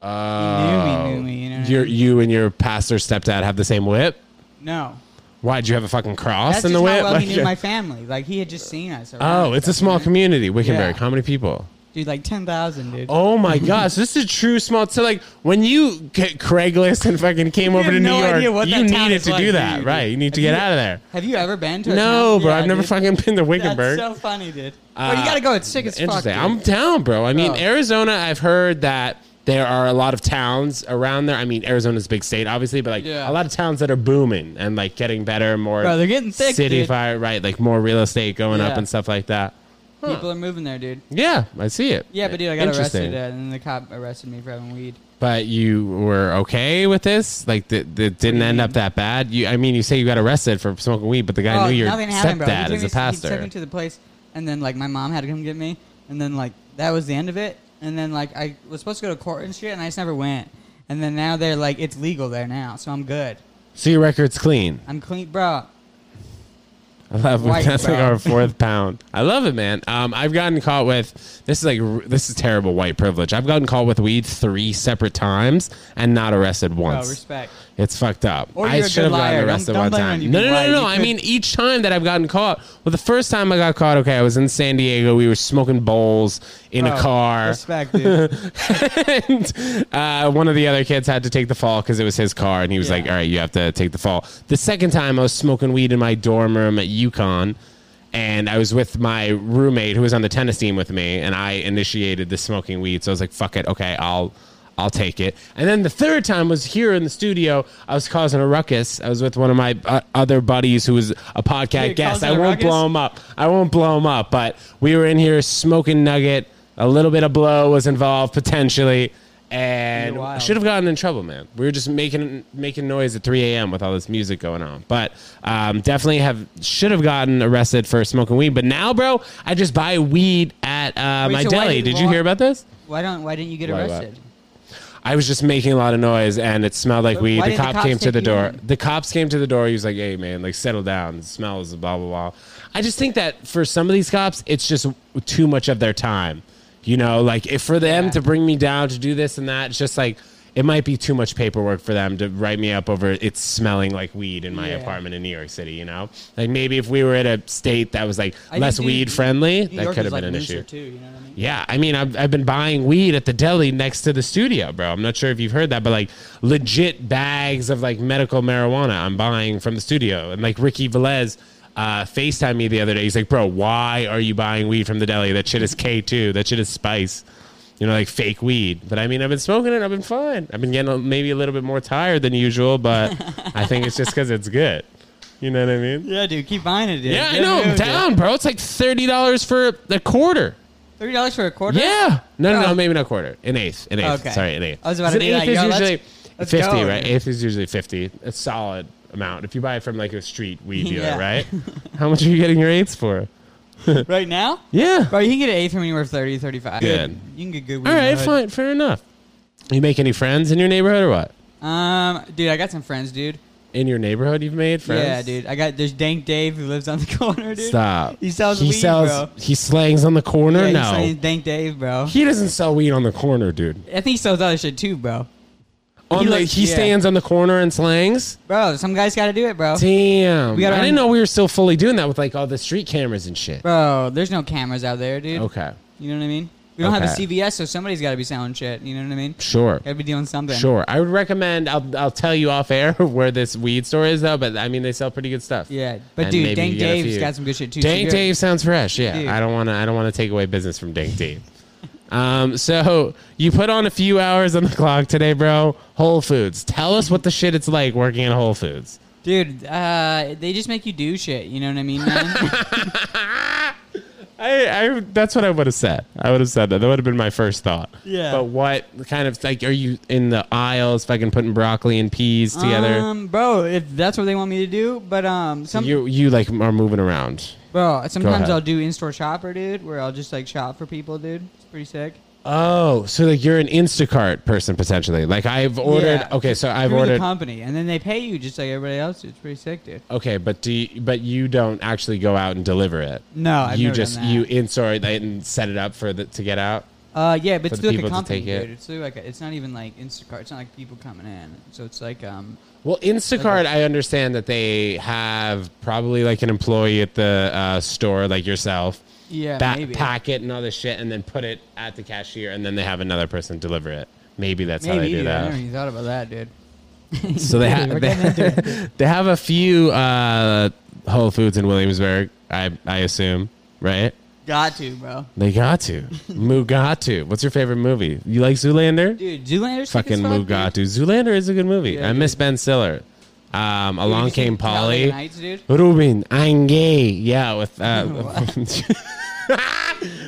Speaker 2: Oh.
Speaker 3: He knew me, knew me, you know what I
Speaker 2: Your-
Speaker 3: mean?
Speaker 2: you and your pastor stepdad have the same whip.
Speaker 3: No,
Speaker 2: Why do you have a fucking cross
Speaker 3: that's
Speaker 2: in
Speaker 3: just
Speaker 2: the
Speaker 3: how
Speaker 2: whip?
Speaker 3: well he
Speaker 2: Like,
Speaker 3: knew my family. Like he had just seen us.
Speaker 2: oh,
Speaker 3: around.
Speaker 2: it's a small community, Wickenburg.
Speaker 3: Yeah.
Speaker 2: How many people?
Speaker 3: dude, like ten thousand, dude.
Speaker 2: Oh my gosh, this is a true small. So like when you get Craigslist and fucking came
Speaker 3: You
Speaker 2: over
Speaker 3: have
Speaker 2: to
Speaker 3: no
Speaker 2: New York,
Speaker 3: idea what
Speaker 2: you
Speaker 3: that town
Speaker 2: needed
Speaker 3: is
Speaker 2: to
Speaker 3: like,
Speaker 2: do that,
Speaker 3: dude.
Speaker 2: right? You need to
Speaker 3: Have
Speaker 2: get
Speaker 3: you-
Speaker 2: out of there.
Speaker 3: Have you ever been to? a
Speaker 2: No,
Speaker 3: town-
Speaker 2: bro,
Speaker 3: Yeah,
Speaker 2: I've never
Speaker 3: dude.
Speaker 2: fucking been to
Speaker 3: That's
Speaker 2: Wickenburg.
Speaker 3: so funny, dude.
Speaker 2: Uh,
Speaker 3: bro, you gotta go. It's sick as fuck.
Speaker 2: Interesting.
Speaker 3: dude.
Speaker 2: I'm down, bro. I mean,
Speaker 3: Bro.
Speaker 2: Arizona. I've heard that there are a lot of towns around there. I mean, Arizona's a big state, obviously, but like
Speaker 3: Yeah.
Speaker 2: a lot of towns that are booming and like getting better, more
Speaker 3: Bro, they're getting thick,
Speaker 2: city
Speaker 3: dude.
Speaker 2: fire, right? Like more real estate going up
Speaker 3: Yeah.
Speaker 2: and stuff like that.
Speaker 3: People are moving there, dude.
Speaker 2: Yeah, I see it.
Speaker 3: Yeah, but dude, I got
Speaker 2: Interesting.
Speaker 3: arrested, uh, and then the cop arrested me for having weed.
Speaker 2: But you were okay with this? Like, th- th- it didn't end up that bad. You, I mean, you say you got arrested for smoking weed, but the guy
Speaker 3: Oh,
Speaker 2: knew your
Speaker 3: nothing happened, bro. He
Speaker 2: stepdad
Speaker 3: took
Speaker 2: is
Speaker 3: me-
Speaker 2: a
Speaker 3: He took me
Speaker 2: pastor.
Speaker 3: to the place, and then like my mom had to come get me, and then like that was the end of it. And then like I was supposed to go to court and shit, and I just never went. And then now they're like it's legal there now, so I'm good.
Speaker 2: So your record's clean.
Speaker 3: I'm clean, bro.
Speaker 2: I love
Speaker 3: White,
Speaker 2: that's like
Speaker 3: bro.
Speaker 2: our fourth pound. I love it, man. Um, I've gotten caught with this is like r- this is terrible white privilege. I've gotten caught with weed three separate times and not arrested
Speaker 3: Bro,
Speaker 2: once.
Speaker 3: respect.
Speaker 2: It's fucked up.
Speaker 3: Or
Speaker 2: I
Speaker 3: you're a
Speaker 2: should have
Speaker 3: good
Speaker 2: gotten
Speaker 3: liar. Don't-
Speaker 2: arrested
Speaker 3: don't
Speaker 2: one
Speaker 3: blame it
Speaker 2: time.
Speaker 3: on you
Speaker 2: No, no,
Speaker 3: being
Speaker 2: no, no,
Speaker 3: white.
Speaker 2: no.
Speaker 3: You
Speaker 2: I
Speaker 3: could-
Speaker 2: mean, each time that I've gotten caught. Well, the first time I got caught, okay, I was in San Diego. We were smoking bowls in a
Speaker 3: Bro,
Speaker 2: car.
Speaker 3: Respect, dude.
Speaker 2: and uh, one of the other kids had to take the fall because it was his car, and he was
Speaker 3: Yeah.
Speaker 2: like, "All right, you have to take the fall." The second time, I was smoking weed in my dorm room at UConn, and I was with my roommate who was on the tennis team with me, and I initiated the smoking weed. So I was like, "Fuck it, okay, I'll." I'll take it. And then the third time was here in the studio. I was causing a ruckus. I was with one of my uh, other buddies who was a podcast
Speaker 3: Dude,
Speaker 2: guest.
Speaker 3: causing
Speaker 2: I
Speaker 3: a
Speaker 2: won't
Speaker 3: ruckus?
Speaker 2: blow him up. I won't blow him up, but we were in here smoking nugget. A little bit of blow was involved potentially, and
Speaker 3: You're wild.
Speaker 2: should have gotten in trouble, man. We were just making making noise at 3 a.m. with all this music going on, but um, definitely have should have gotten arrested for smoking weed. But now, bro, I just buy weed at uh,
Speaker 3: Wait,
Speaker 2: my
Speaker 3: so why
Speaker 2: deli.
Speaker 3: did-
Speaker 2: Did you
Speaker 3: why-
Speaker 2: hear about this?
Speaker 3: why don't Why didn't you get
Speaker 2: Why what?
Speaker 3: arrested?
Speaker 2: I was just making a lot of noise, and it smelled like
Speaker 3: But
Speaker 2: weed.
Speaker 3: why
Speaker 2: The
Speaker 3: didn't the
Speaker 2: cop
Speaker 3: cops
Speaker 2: came to
Speaker 3: take
Speaker 2: the
Speaker 3: you
Speaker 2: door.
Speaker 3: in?
Speaker 2: The cops came to the door. He was like, "Hey, man, like settle down. It smells blah blah blah." I just think that for some of these cops, it's just too much of their time. You know, like if for them
Speaker 3: Yeah.
Speaker 2: to bring me down to do this and that, it's just like it might be too much paperwork for them to write me up over it's smelling like weed in my
Speaker 3: Yeah.
Speaker 2: apartment in New York City. You know, like maybe if we were at a state that was like
Speaker 3: I think,
Speaker 2: less
Speaker 3: dude,
Speaker 2: weed friendly,
Speaker 3: New
Speaker 2: that
Speaker 3: York
Speaker 2: could have
Speaker 3: is,
Speaker 2: been
Speaker 3: like,
Speaker 2: an
Speaker 3: looser,
Speaker 2: issue.
Speaker 3: Too, you know what I mean?
Speaker 2: Yeah, I mean, I've, I've been buying weed at the deli next to the studio, bro. I'm not sure if you've heard that, but like legit bags of like medical marijuana I'm buying from the studio. And like Ricky Velez uh, FaceTimed me the other day. He's like, bro, why are you buying weed from the deli? That shit is K2. That shit is spice. You know, like fake weed. But I mean, I've been smoking it. I've been fine. I've been getting a- maybe a little bit more tired than usual, but I think it's just because it's good. You know what I mean?
Speaker 3: Yeah, dude, keep buying it, dude.
Speaker 2: Yeah, I
Speaker 3: Good
Speaker 2: know. I'm
Speaker 3: move, dude.
Speaker 2: down, bro. It's like $30 for a quarter.
Speaker 3: Thirty dollars for a quarter.
Speaker 2: Yeah. No, no, no,
Speaker 3: Oh.
Speaker 2: maybe not quarter. An eighth. An eighth.
Speaker 3: Okay.
Speaker 2: Sorry, an eighth.
Speaker 3: I was about to
Speaker 2: an
Speaker 3: be like,
Speaker 2: is
Speaker 3: yo, let's-
Speaker 2: usually
Speaker 3: let's
Speaker 2: fifty,
Speaker 3: go.
Speaker 2: right? Eighth is usually fifty. A solid amount. If you buy it from like a street weed dealer,
Speaker 3: Yeah.
Speaker 2: right? How much are you getting your eighths for?
Speaker 3: Right now.
Speaker 2: Yeah.
Speaker 3: Bro, you can get an eight from anywhere 30, 35.
Speaker 2: Good.
Speaker 3: You can get good.
Speaker 2: All right, fine, fair enough. You make any friends in your neighborhood or what?
Speaker 3: fine. Um, dude, I got some friends, dude.
Speaker 2: in your neighborhood you've made friends?
Speaker 3: Yeah, dude. I got there's Dank Dave who lives on the corner, dude.
Speaker 2: Stop.
Speaker 3: He sells
Speaker 2: he
Speaker 3: weed,
Speaker 2: sells.
Speaker 3: bro.
Speaker 2: He slangs on the corner.
Speaker 3: Yeah, he's
Speaker 2: no,
Speaker 3: saying Dank Dave, bro.
Speaker 2: he doesn't sell weed on the corner, dude.
Speaker 3: I think he sells other shit too, bro.
Speaker 2: On
Speaker 3: He
Speaker 2: he, the,
Speaker 3: looks-
Speaker 2: he
Speaker 3: yeah.
Speaker 2: stands on the corner and slangs.
Speaker 3: Bro, some guys got to do it, bro.
Speaker 2: Damn,
Speaker 3: We gotta-
Speaker 2: I didn't know we were still fully doing that with like all the street cameras and shit.
Speaker 3: Bro, there's no cameras out there, dude.
Speaker 2: Okay,
Speaker 3: You know what I mean? We don't have a
Speaker 2: Okay.
Speaker 3: CVS, so somebody's got to be selling shit. You know what I mean?
Speaker 2: sure.
Speaker 3: Got to be doing something.
Speaker 2: Sure, I would recommend. I'll, I'll tell you off air where this weed store is, though. But I mean, they sell pretty good stuff.
Speaker 3: Yeah, but
Speaker 2: And
Speaker 3: dude,
Speaker 2: maybe
Speaker 3: Dank
Speaker 2: you get a
Speaker 3: Dave's
Speaker 2: few.
Speaker 3: got some good shit too. so
Speaker 2: Dank
Speaker 3: you're-
Speaker 2: Dave sounds fresh. Yeah,
Speaker 3: Dude.
Speaker 2: I don't want to. I don't want to take away business from Dank Dave. um, so you put on a few hours on the clock today, bro. Whole Foods. Tell us what the shit it's like working at Whole Foods.
Speaker 3: Dude, uh, they just make you do shit. You know what I mean, man?
Speaker 2: I, I that's what I would have said. I would have said that. That would have been my first thought.
Speaker 3: Yeah.
Speaker 2: But what kind of like are you in the aisles fucking putting broccoli and peas together?
Speaker 3: Um, bro, if that's what they want me to do, but um, some
Speaker 2: you you like are moving around.
Speaker 3: bro, sometimes
Speaker 2: ahead.
Speaker 3: I'll do in-store shopper, dude, where I'll just like shop for people, dude. It's pretty sick.
Speaker 2: Oh, so like you're an Instacart person potentially. Like I've ordered.
Speaker 3: Yeah.
Speaker 2: Okay, so I've
Speaker 3: Through the
Speaker 2: ordered.
Speaker 3: company, and then they pay you just like everybody else. It's pretty sick, dude.
Speaker 2: Okay, but do you, but you don't actually go out and deliver it.
Speaker 3: No, I've
Speaker 2: you
Speaker 3: never done
Speaker 2: just
Speaker 3: that.
Speaker 2: you in-store it and set it up for the, to get out.
Speaker 3: Uh, yeah, but
Speaker 2: For
Speaker 3: it's
Speaker 2: the
Speaker 3: through like a
Speaker 2: people to
Speaker 3: company,
Speaker 2: take it.
Speaker 3: dude. It's through like a, it's not even like Instacart. It's not like people coming in. So it's like um,
Speaker 2: Well, Instacart, I understand that they have probably like an employee at the uh, store, like yourself,
Speaker 3: yeah,
Speaker 2: that
Speaker 3: maybe
Speaker 2: pack it and all this shit, and then put it at the cashier, and then they have another person deliver it. Maybe that's how they
Speaker 3: maybe.
Speaker 2: do
Speaker 3: dude. I never
Speaker 2: that.
Speaker 3: even thought about that, dude.
Speaker 2: So they
Speaker 3: We're
Speaker 2: have
Speaker 3: getting into it.
Speaker 2: they, they have a few uh, Whole Foods in Williamsburg, I I assume, right?
Speaker 3: Got to, bro.
Speaker 2: They got to Mugatu. What's your favorite movie? You like Zoolander?
Speaker 3: Dude, Zoolander's sick as
Speaker 2: fucking
Speaker 3: fuck, dude.
Speaker 2: Mugatu. Zoolander is a good movie.
Speaker 3: Yeah,
Speaker 2: I miss Ben Stiller. Um,
Speaker 3: Dude,
Speaker 2: along
Speaker 3: you seen
Speaker 2: came
Speaker 3: Talladega
Speaker 2: Polly.
Speaker 3: Nights, dude?
Speaker 2: Ruben, I'm gay. Yeah, with uh,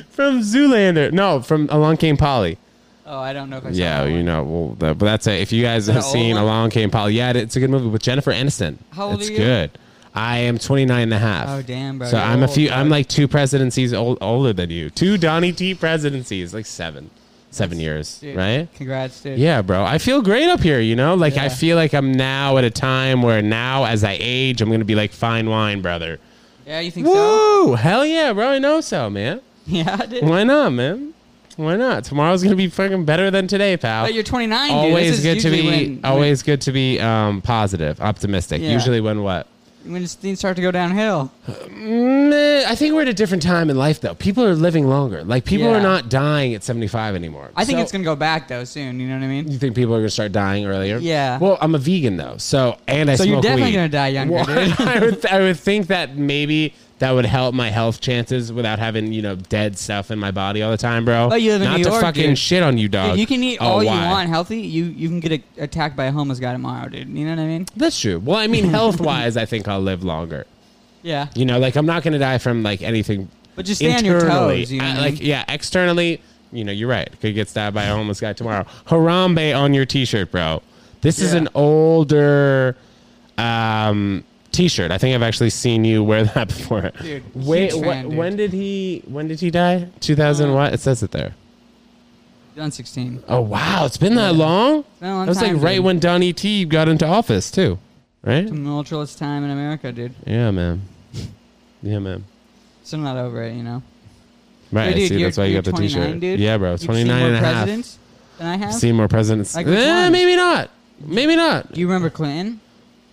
Speaker 2: from Zoolander. No, from Along Came Polly.
Speaker 3: Oh, I don't know if I saw
Speaker 2: Yeah,
Speaker 3: that
Speaker 2: you
Speaker 3: one.
Speaker 2: know, well, that, but that's it. If you guys
Speaker 3: that
Speaker 2: have
Speaker 3: old
Speaker 2: seen
Speaker 3: one?
Speaker 2: Along Came Polly, yeah, it's a good movie with Jennifer Aniston.
Speaker 3: How old
Speaker 2: it's
Speaker 3: are you?
Speaker 2: good. I am 29 and a half.
Speaker 3: Oh, damn, bro,
Speaker 2: So
Speaker 3: you're
Speaker 2: I'm a
Speaker 3: old,
Speaker 2: few. I'm
Speaker 3: bro.
Speaker 2: like two presidencies old, older than you. Two Donnie T presidencies, like seven, seven years,
Speaker 3: Dude,
Speaker 2: right?
Speaker 3: Congrats, dude.
Speaker 2: Yeah, bro. I feel great up here, you know? Like
Speaker 3: Yeah.
Speaker 2: I feel like I'm now at a time where now as I age, I'm going to be like fine wine, brother.
Speaker 3: Yeah, you think so?
Speaker 2: Woo! Hell yeah, bro. I know so, man.
Speaker 3: Yeah, dude.
Speaker 2: Why not, man? Why not? Tomorrow's going to be fucking better than today, pal.
Speaker 3: But Oh, you're 29, dude.
Speaker 2: always
Speaker 3: This is
Speaker 2: good to
Speaker 3: usually
Speaker 2: be
Speaker 3: when- when-
Speaker 2: always good to be um positive, optimistic.
Speaker 3: Yeah.
Speaker 2: Usually when what?
Speaker 3: when, things start to go downhill.
Speaker 2: Meh, I think we're at a different time in life though. People are living longer. Like people
Speaker 3: Yeah.
Speaker 2: are not dying at 75 anymore.
Speaker 3: I think
Speaker 2: So-
Speaker 3: it's gonna go back though soon. You know what I mean?
Speaker 2: You think people are gonna start dying earlier?
Speaker 3: Yeah.
Speaker 2: Well, I'm a vegan though, so and I
Speaker 3: So
Speaker 2: smoke
Speaker 3: you're definitely
Speaker 2: weed.
Speaker 3: gonna die younger,
Speaker 2: Well,
Speaker 3: dude.
Speaker 2: I would I would think that maybe that would help my health chances without having you know dead stuff in my body all the time, bro.
Speaker 3: But you live in
Speaker 2: Not
Speaker 3: New
Speaker 2: to
Speaker 3: York,
Speaker 2: fucking
Speaker 3: dude.
Speaker 2: shit on you, dog.
Speaker 3: Dude, you can eat
Speaker 2: Oh,
Speaker 3: all you
Speaker 2: why?
Speaker 3: want healthy. You you can get a, attacked by a homeless guy tomorrow, dude. You know what I mean?
Speaker 2: That's true. Well, I mean, health wise, I think I'll live longer.
Speaker 3: Yeah.
Speaker 2: You know, like I'm not gonna die from like anything.
Speaker 3: But just stay on your
Speaker 2: internally.
Speaker 3: toes, you know
Speaker 2: I-
Speaker 3: what I
Speaker 2: like
Speaker 3: mean?
Speaker 2: yeah, externally, you know, you're right. Could get stabbed by a homeless guy tomorrow. Harambe on your t-shirt, bro. This is
Speaker 3: Yeah.
Speaker 2: an older um, t-shirt. I think I've actually seen you wear that before.
Speaker 3: Dude,
Speaker 2: Wait,
Speaker 3: huge
Speaker 2: wh-
Speaker 3: fan, dude.
Speaker 2: when did he? When did he die? 2000
Speaker 3: Uh,
Speaker 2: what? It says it there.
Speaker 3: Done 16.
Speaker 2: Oh wow, it's been that long.
Speaker 3: been a long
Speaker 2: that was
Speaker 3: time,
Speaker 2: like right
Speaker 3: dude.
Speaker 2: when Donnie T got into office too, right?
Speaker 3: Tumultuous time in America, dude.
Speaker 2: Yeah, man. Yeah, man.
Speaker 3: Still not over it, you know. But,
Speaker 2: Right, I
Speaker 3: dude,
Speaker 2: see.
Speaker 3: you're-
Speaker 2: That's why you
Speaker 3: you're
Speaker 2: got the
Speaker 3: 29,
Speaker 2: t-shirt.
Speaker 3: Dude.
Speaker 2: Yeah, bro.
Speaker 3: You've seen
Speaker 2: 29
Speaker 3: more
Speaker 2: and a half.
Speaker 3: presidents than I have.
Speaker 2: See more presidents.
Speaker 3: Like which
Speaker 2: eh,
Speaker 3: ones?
Speaker 2: maybe not. Maybe not.
Speaker 3: Do you remember Clinton?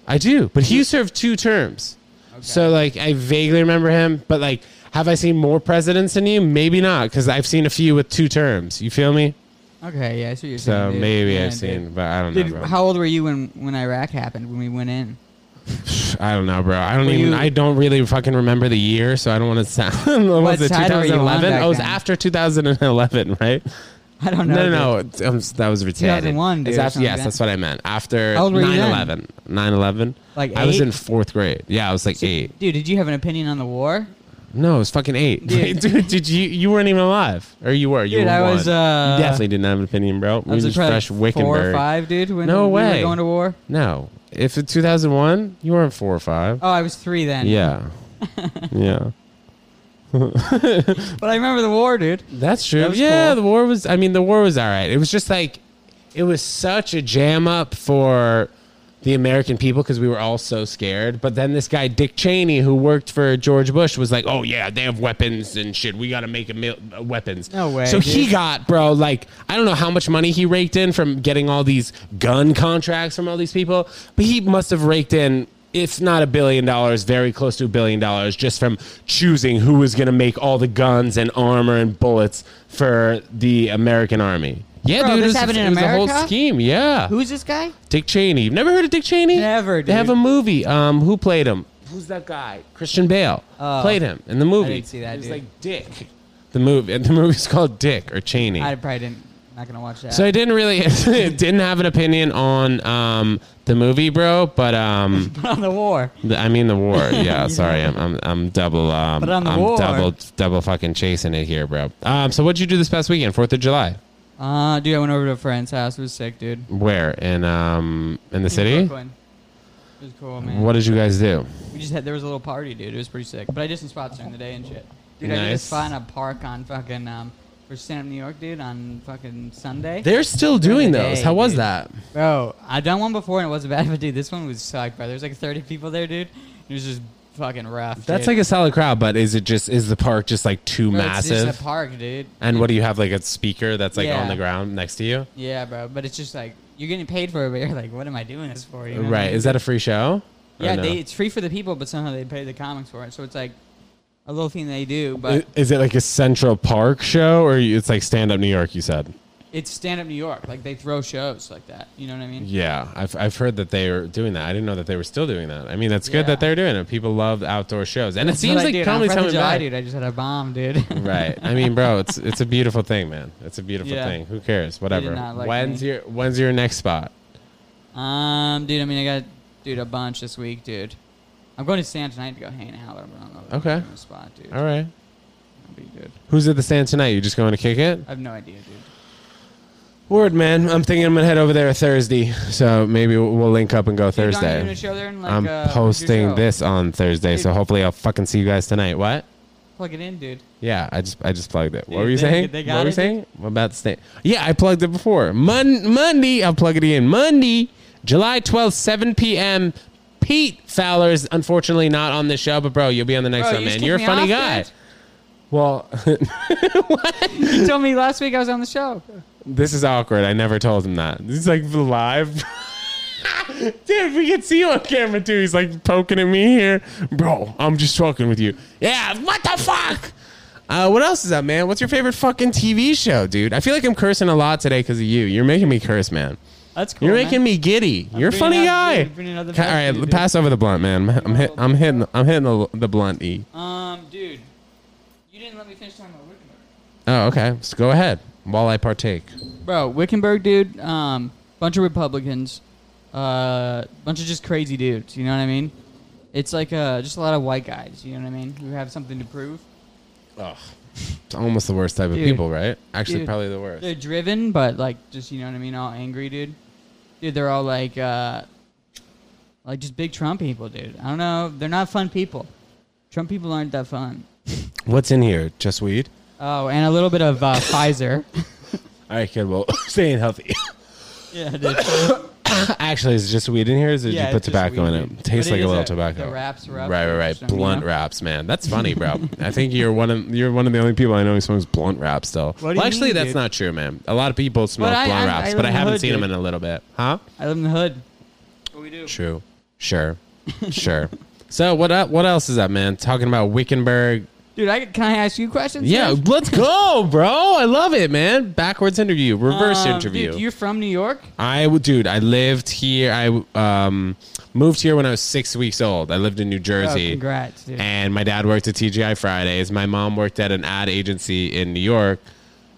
Speaker 2: I do, but he served two terms. So like I vaguely remember him, but like have I seen more presidents than you? Maybe not, cuz I've seen a few with two terms. You feel me?
Speaker 3: Okay, yeah, I see what you're saying.
Speaker 2: So
Speaker 3: dude.
Speaker 2: maybe
Speaker 3: Yeah,
Speaker 2: I've
Speaker 3: dude.
Speaker 2: seen, but I don't know.
Speaker 3: Dude,
Speaker 2: bro.
Speaker 3: how old were you when, when Iraq happened? When we went in?
Speaker 2: I don't know, bro. I don't
Speaker 3: Were
Speaker 2: even.
Speaker 3: you-
Speaker 2: I don't really fucking remember the year, so I don't want to sound.
Speaker 3: What
Speaker 2: was it
Speaker 3: side were you on
Speaker 2: 2011?
Speaker 3: back
Speaker 2: Oh, it was
Speaker 3: then?
Speaker 2: after 2011, right?
Speaker 3: I don't know.
Speaker 2: No,
Speaker 3: dude.
Speaker 2: no, no. Um, that was retarded.
Speaker 3: 2001, dude,
Speaker 2: It's
Speaker 3: or
Speaker 2: after,
Speaker 3: something
Speaker 2: yes,
Speaker 3: like that.
Speaker 2: that's what I meant. After
Speaker 3: How old were you
Speaker 2: 9
Speaker 3: then?
Speaker 2: 11. 9 11.
Speaker 3: Like
Speaker 2: I was
Speaker 3: eight?
Speaker 2: in fourth grade. Yeah, I was like eight.
Speaker 3: Dude, did you have an opinion on the war?
Speaker 2: No, it was fucking eight.
Speaker 3: Dude.
Speaker 2: Dude, did you you weren't even alive. Or you were. You
Speaker 3: Dude,
Speaker 2: were
Speaker 3: I
Speaker 2: one.
Speaker 3: was, uh,
Speaker 2: you definitely didn't have an opinion, bro.
Speaker 3: I
Speaker 2: We
Speaker 3: was
Speaker 2: just
Speaker 3: like probably
Speaker 2: fresh
Speaker 3: four
Speaker 2: Wickenburg.
Speaker 3: or five, dude. When
Speaker 2: No
Speaker 3: we were
Speaker 2: way.
Speaker 3: going to war.
Speaker 2: No. If it's 2001, you weren't four or five.
Speaker 3: Oh, I was three then.
Speaker 2: Yeah. yeah.
Speaker 3: But I remember the war, dude.
Speaker 2: That's true.
Speaker 3: That was
Speaker 2: yeah,
Speaker 3: cool.
Speaker 2: the war was. I mean, the war was all right. It was just like, it was such a jam up for the American people because we were all so scared. But then this guy Dick Cheney, who worked for George Bush, was like, "Oh yeah, they have weapons and shit. We got to make a mil- uh, weapons."
Speaker 3: No way,
Speaker 2: So he
Speaker 3: dude.
Speaker 2: got bro like I don't know how much money he raked in from getting all these gun contracts from all these people, but he must have raked in. If not a billion dollars, very close to a billion dollars, just from choosing who was going to make all the guns and armor and bullets for the American army. Yeah,
Speaker 3: Bro,
Speaker 2: dude,
Speaker 3: this
Speaker 2: it was,
Speaker 3: happened in
Speaker 2: it was a whole
Speaker 3: America?
Speaker 2: scheme. Yeah,
Speaker 3: Who's this guy?
Speaker 2: Dick Cheney. You've never heard of Dick Cheney?
Speaker 3: Never,
Speaker 2: They have
Speaker 3: dude.
Speaker 2: a movie. Um, who played him? Who's that guy? Christian Bale
Speaker 3: Oh.
Speaker 2: played him in the movie.
Speaker 3: didn't see that,
Speaker 2: It was
Speaker 3: dude.
Speaker 2: like Dick. The movie. The movie's called Dick or Cheney.
Speaker 3: I probably didn't. Not gonna watch that.
Speaker 2: so I didn't really didn't have an opinion on um, the movie, bro. But um,
Speaker 3: But on the war.
Speaker 2: the- I mean the war. Yeah, sorry, I'm I'm, I'm double um,
Speaker 3: But on the
Speaker 2: I'm
Speaker 3: war.
Speaker 2: double double fucking chasing it here, bro. Um, so what'd you do this past weekend, Fourth of July?
Speaker 3: Uh, dude, I went over to a friend's house. It was sick, dude.
Speaker 2: Where in um in the city?
Speaker 3: In Brooklyn. It was cool, man.
Speaker 2: What did you guys do?
Speaker 3: We just had there was a little party, dude. It was pretty sick. But I did some spots during the day and shit. Dude, I did a
Speaker 2: Nice.
Speaker 3: spot in a park on fucking um for stand up New York, dude, on fucking Sunday.
Speaker 2: They're still
Speaker 3: doing
Speaker 2: doing
Speaker 3: those.
Speaker 2: those.
Speaker 3: day,
Speaker 2: How was
Speaker 3: dude.
Speaker 2: that?
Speaker 3: Bro, I done one before and it wasn't bad, but dude, this one was sucked, bro. There's like 30 people there, dude. It was just fucking rough.
Speaker 2: That's
Speaker 3: dude.
Speaker 2: like a solid crowd, but is it just is the park just like too
Speaker 3: Bro, It's
Speaker 2: massive?
Speaker 3: just a park, dude.
Speaker 2: and what do you have like a speaker that's like
Speaker 3: Yeah.
Speaker 2: on the ground next to you?
Speaker 3: Yeah, bro. But it's just like you're getting paid for it, but you're like, what am I doing this for? You know what I
Speaker 2: Right.
Speaker 3: mean?
Speaker 2: Is that a free show? Or
Speaker 3: yeah,
Speaker 2: no?
Speaker 3: they, it's free for the people, but somehow they pay the comics for it. So it's like a little thing they do, but
Speaker 2: I- is it like a Central Park show or you- it's like stand up New York? You said.
Speaker 3: it's stand up New York. Like they throw shows like that. You know what I mean?
Speaker 2: Yeah, I've I've heard that they were doing that. I didn't know that they were still doing that. I mean, that's good
Speaker 3: Yeah.
Speaker 2: that they're doing it. People love outdoor shows, and it
Speaker 3: But
Speaker 2: seems
Speaker 3: I
Speaker 2: like
Speaker 3: did, on
Speaker 2: comedy's
Speaker 3: Fourth of
Speaker 2: coming
Speaker 3: July,
Speaker 2: back.
Speaker 3: dude. I just had a bomb, dude.
Speaker 2: Right. I mean, bro, it's it's a beautiful thing, man. It's a beautiful
Speaker 3: Yeah.
Speaker 2: thing. Who cares? Whatever.
Speaker 3: not like
Speaker 2: when's
Speaker 3: me.
Speaker 2: your when's your next spot?
Speaker 3: um, dude. I mean, I got dude a bunch this week, dude. I'm going to stand tonight to go hang out. but I don't know. if I'm
Speaker 2: Okay.
Speaker 3: doing a spot, dude.
Speaker 2: All right.
Speaker 3: That'd be good.
Speaker 2: Who's at the stand tonight? You just going to kick it?
Speaker 3: I have no idea, dude.
Speaker 2: Word, man. I'm thinking I'm gonna head over there Thursday, so maybe we'll we'll link up and go
Speaker 3: Dude, aren't you doing
Speaker 2: Thursday.
Speaker 3: a show there in, like,
Speaker 2: I'm
Speaker 3: uh, what's your
Speaker 2: posting
Speaker 3: show?
Speaker 2: this on Thursday, so
Speaker 3: Dude.
Speaker 2: hopefully I'll fucking see you guys tonight. What?
Speaker 3: Plug it in, dude.
Speaker 2: Yeah, I just I just plugged it.
Speaker 3: Dude,
Speaker 2: what were you
Speaker 3: they-
Speaker 2: saying?
Speaker 3: they
Speaker 2: what
Speaker 3: got
Speaker 2: were you
Speaker 3: it,
Speaker 2: saying? What about the stand? Yeah, I plugged it before. Mon- Monday, I'll plug it in. Monday, July 12th, 7 p.m. Pete Fowler's unfortunately not on this show, but bro, you'll be on the next
Speaker 3: Bro,
Speaker 2: one,
Speaker 3: you just
Speaker 2: man.
Speaker 3: kicked
Speaker 2: You're a
Speaker 3: me
Speaker 2: funny
Speaker 3: off,
Speaker 2: guy.
Speaker 3: dude.
Speaker 2: Well,
Speaker 3: You told me last week I was on the show.
Speaker 2: This is awkward. I never told him that. He's like live. Dude, we can see you on camera too. He's like poking at me here. Bro, I'm just talking with you. Yeah, what the fuck? Uh, what else is up, man? What's your favorite fucking TV show, dude? I feel like I'm cursing a lot today because of you. You're making me curse, man.
Speaker 3: That's cool.
Speaker 2: You're
Speaker 3: Oh, man.
Speaker 2: making me giddy. You're a
Speaker 3: bringing
Speaker 2: funny
Speaker 3: out-
Speaker 2: guy.
Speaker 3: you're bringing out the
Speaker 2: Ca- All
Speaker 3: best
Speaker 2: right,
Speaker 3: in you, dude.
Speaker 2: pass over the blunt, man. I'm, hit, I'm hitting. I'm hitting the, the blunt. E.
Speaker 3: Um, dude, you didn't let me finish talking about Wickenburg.
Speaker 2: Oh, okay. So go ahead while I partake.
Speaker 3: Bro, Wickenburg, dude. Um, bunch of Republicans, uh, bunch of just crazy dudes. You know what I mean? It's like uh, just a lot of white guys. You know what I mean? Who have something to prove.
Speaker 2: Ugh. It's almost the worst type of
Speaker 3: Dude.
Speaker 2: people, right? Actually,
Speaker 3: Dude.
Speaker 2: probably the worst.
Speaker 3: They're driven, but like just you know what I mean. All angry, dude. Dude, they're all like, uh, like just big Trump people, dude. I don't know. They're not fun people. Trump people aren't that fun.
Speaker 2: What's in here? Just weed?
Speaker 3: Oh, and a little bit of uh, Pfizer.
Speaker 2: All right, kid. Well, staying healthy.
Speaker 3: Yeah, dude.
Speaker 2: Actually, is it just weed in here? Or did
Speaker 3: Yeah,
Speaker 2: you put
Speaker 3: it's just
Speaker 2: tobacco in
Speaker 3: weed,
Speaker 2: it?
Speaker 3: dude.
Speaker 2: Tastes
Speaker 3: But it
Speaker 2: like a
Speaker 3: is
Speaker 2: little
Speaker 3: a-
Speaker 2: tobacco.
Speaker 3: the wraps are up
Speaker 2: Right, right,
Speaker 3: or
Speaker 2: right.
Speaker 3: something,
Speaker 2: Blunt
Speaker 3: you know?
Speaker 2: wraps, man. That's funny, bro. I think you're one of you're one of the only people I know who smokes blunt wraps. Still,
Speaker 3: What do you
Speaker 2: well, actually,
Speaker 3: mean,
Speaker 2: that's
Speaker 3: dude?
Speaker 2: not true, man. A lot of people smoke
Speaker 3: But I-
Speaker 2: blunt
Speaker 3: I-
Speaker 2: wraps,
Speaker 3: I live
Speaker 2: but I
Speaker 3: in the
Speaker 2: haven't
Speaker 3: hood,
Speaker 2: seen them
Speaker 3: dude.
Speaker 2: in a little bit, huh?
Speaker 3: I live in the hood. What we do?
Speaker 2: True. Sure. Sure. So what up? What else is up, man? Talking about Wickenburg,
Speaker 3: Dude, I can I ask you questions?
Speaker 2: Yeah,
Speaker 3: man?
Speaker 2: let's go, bro. I love it, man. Backwards interview, reverse
Speaker 3: Um,
Speaker 2: interview.
Speaker 3: Dude, you're from New York?
Speaker 2: I would, dude. I lived here. I um, moved here when I was six weeks old. I lived in New
Speaker 3: Oh,
Speaker 2: Jersey.
Speaker 3: congrats, dude.
Speaker 2: And my dad worked at TGI Fridays. My mom worked at an ad agency in New York.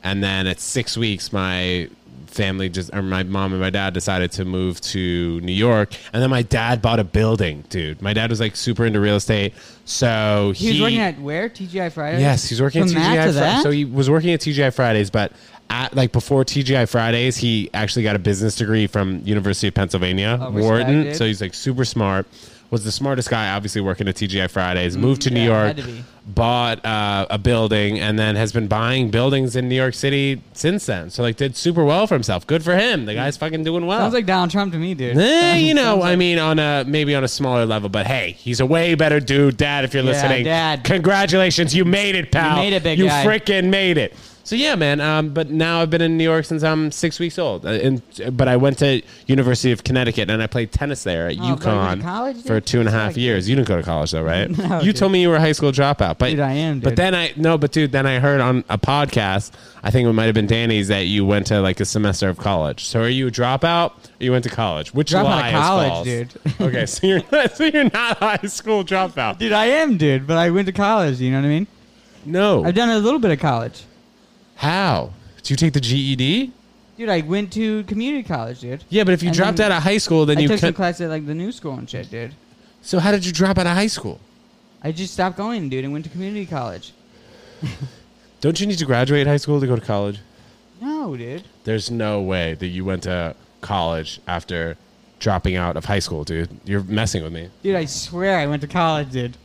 Speaker 2: And then at six weeks, my family just, or my mom and my dad decided to move to New York. And then my dad bought a building, dude. My dad was like super into real estate. So
Speaker 3: he was working at where? TGI Fridays?
Speaker 2: Yes, he's working
Speaker 3: From
Speaker 2: at
Speaker 3: that
Speaker 2: TGI
Speaker 3: to
Speaker 2: Fri-
Speaker 3: that?
Speaker 2: So he was working at TGI Fridays, but at, like before TGI Fridays, he actually got a business degree from University of Pennsylvania,
Speaker 3: Oh, respect,
Speaker 2: Wharton.
Speaker 3: dude.
Speaker 2: So he's like super smart. was the smartest guy, obviously working at TGI Fridays, moved to New
Speaker 3: Mm, yeah, had
Speaker 2: York,
Speaker 3: to be.
Speaker 2: bought uh, a building, and then has been buying buildings in New York City since then. So like did super well for himself. Good for him.
Speaker 3: Mm.
Speaker 2: The guy's fucking doing well.
Speaker 3: Sounds like Donald Trump to me, dude.
Speaker 2: Eh, you know,
Speaker 3: Sounds
Speaker 2: I mean, on a maybe on a smaller level, but hey, he's a way better dude, Dad. If you're listening,
Speaker 3: Dad.
Speaker 2: congratulations, you made it, pal.
Speaker 3: made it, big
Speaker 2: You
Speaker 3: guy.
Speaker 2: freaking made it. So yeah, man. Um, but now I've been in New York since I'm six weeks old. Uh, and but I went to University of Connecticut and I played tennis there at
Speaker 3: but you went Oh, to
Speaker 2: UConn
Speaker 3: college, dude?
Speaker 2: for two and a half
Speaker 3: Like-
Speaker 2: years. You didn't go to college though, right?
Speaker 3: No,
Speaker 2: you
Speaker 3: dude.
Speaker 2: told me you were a high school dropout, but
Speaker 3: Dude, I am,
Speaker 2: But
Speaker 3: dude.
Speaker 2: then I no, but dude, then I heard on a podcast. I think it might have been Danny's that you went to like a semester of college. So are you a dropout? Or you went to college? Which
Speaker 3: Dropout of
Speaker 2: lie is
Speaker 3: college,
Speaker 2: false?
Speaker 3: dude.
Speaker 2: okay, so you're not, so you're not a high school dropout.
Speaker 3: Dude, I am, dude. But I went to college. You know what I mean?
Speaker 2: No.
Speaker 3: I've done a little bit of college,
Speaker 2: How? Do you take the GED?
Speaker 3: dude. I went to community college, dude.
Speaker 2: Yeah, but if you
Speaker 3: And
Speaker 2: dropped
Speaker 3: then
Speaker 2: out of high school, then
Speaker 3: I
Speaker 2: you
Speaker 3: took some
Speaker 2: could.
Speaker 3: classes at like the new school and shit, dude.
Speaker 2: so how did you drop out of high school?
Speaker 3: I just stopped going, dude, and went to community college.
Speaker 2: Don't you need to graduate high school to go to college?
Speaker 3: No, dude.
Speaker 2: There's no way that you went to college after dropping out of high school, dude. You're messing with me.
Speaker 3: Dude, I swear I went to college, dude.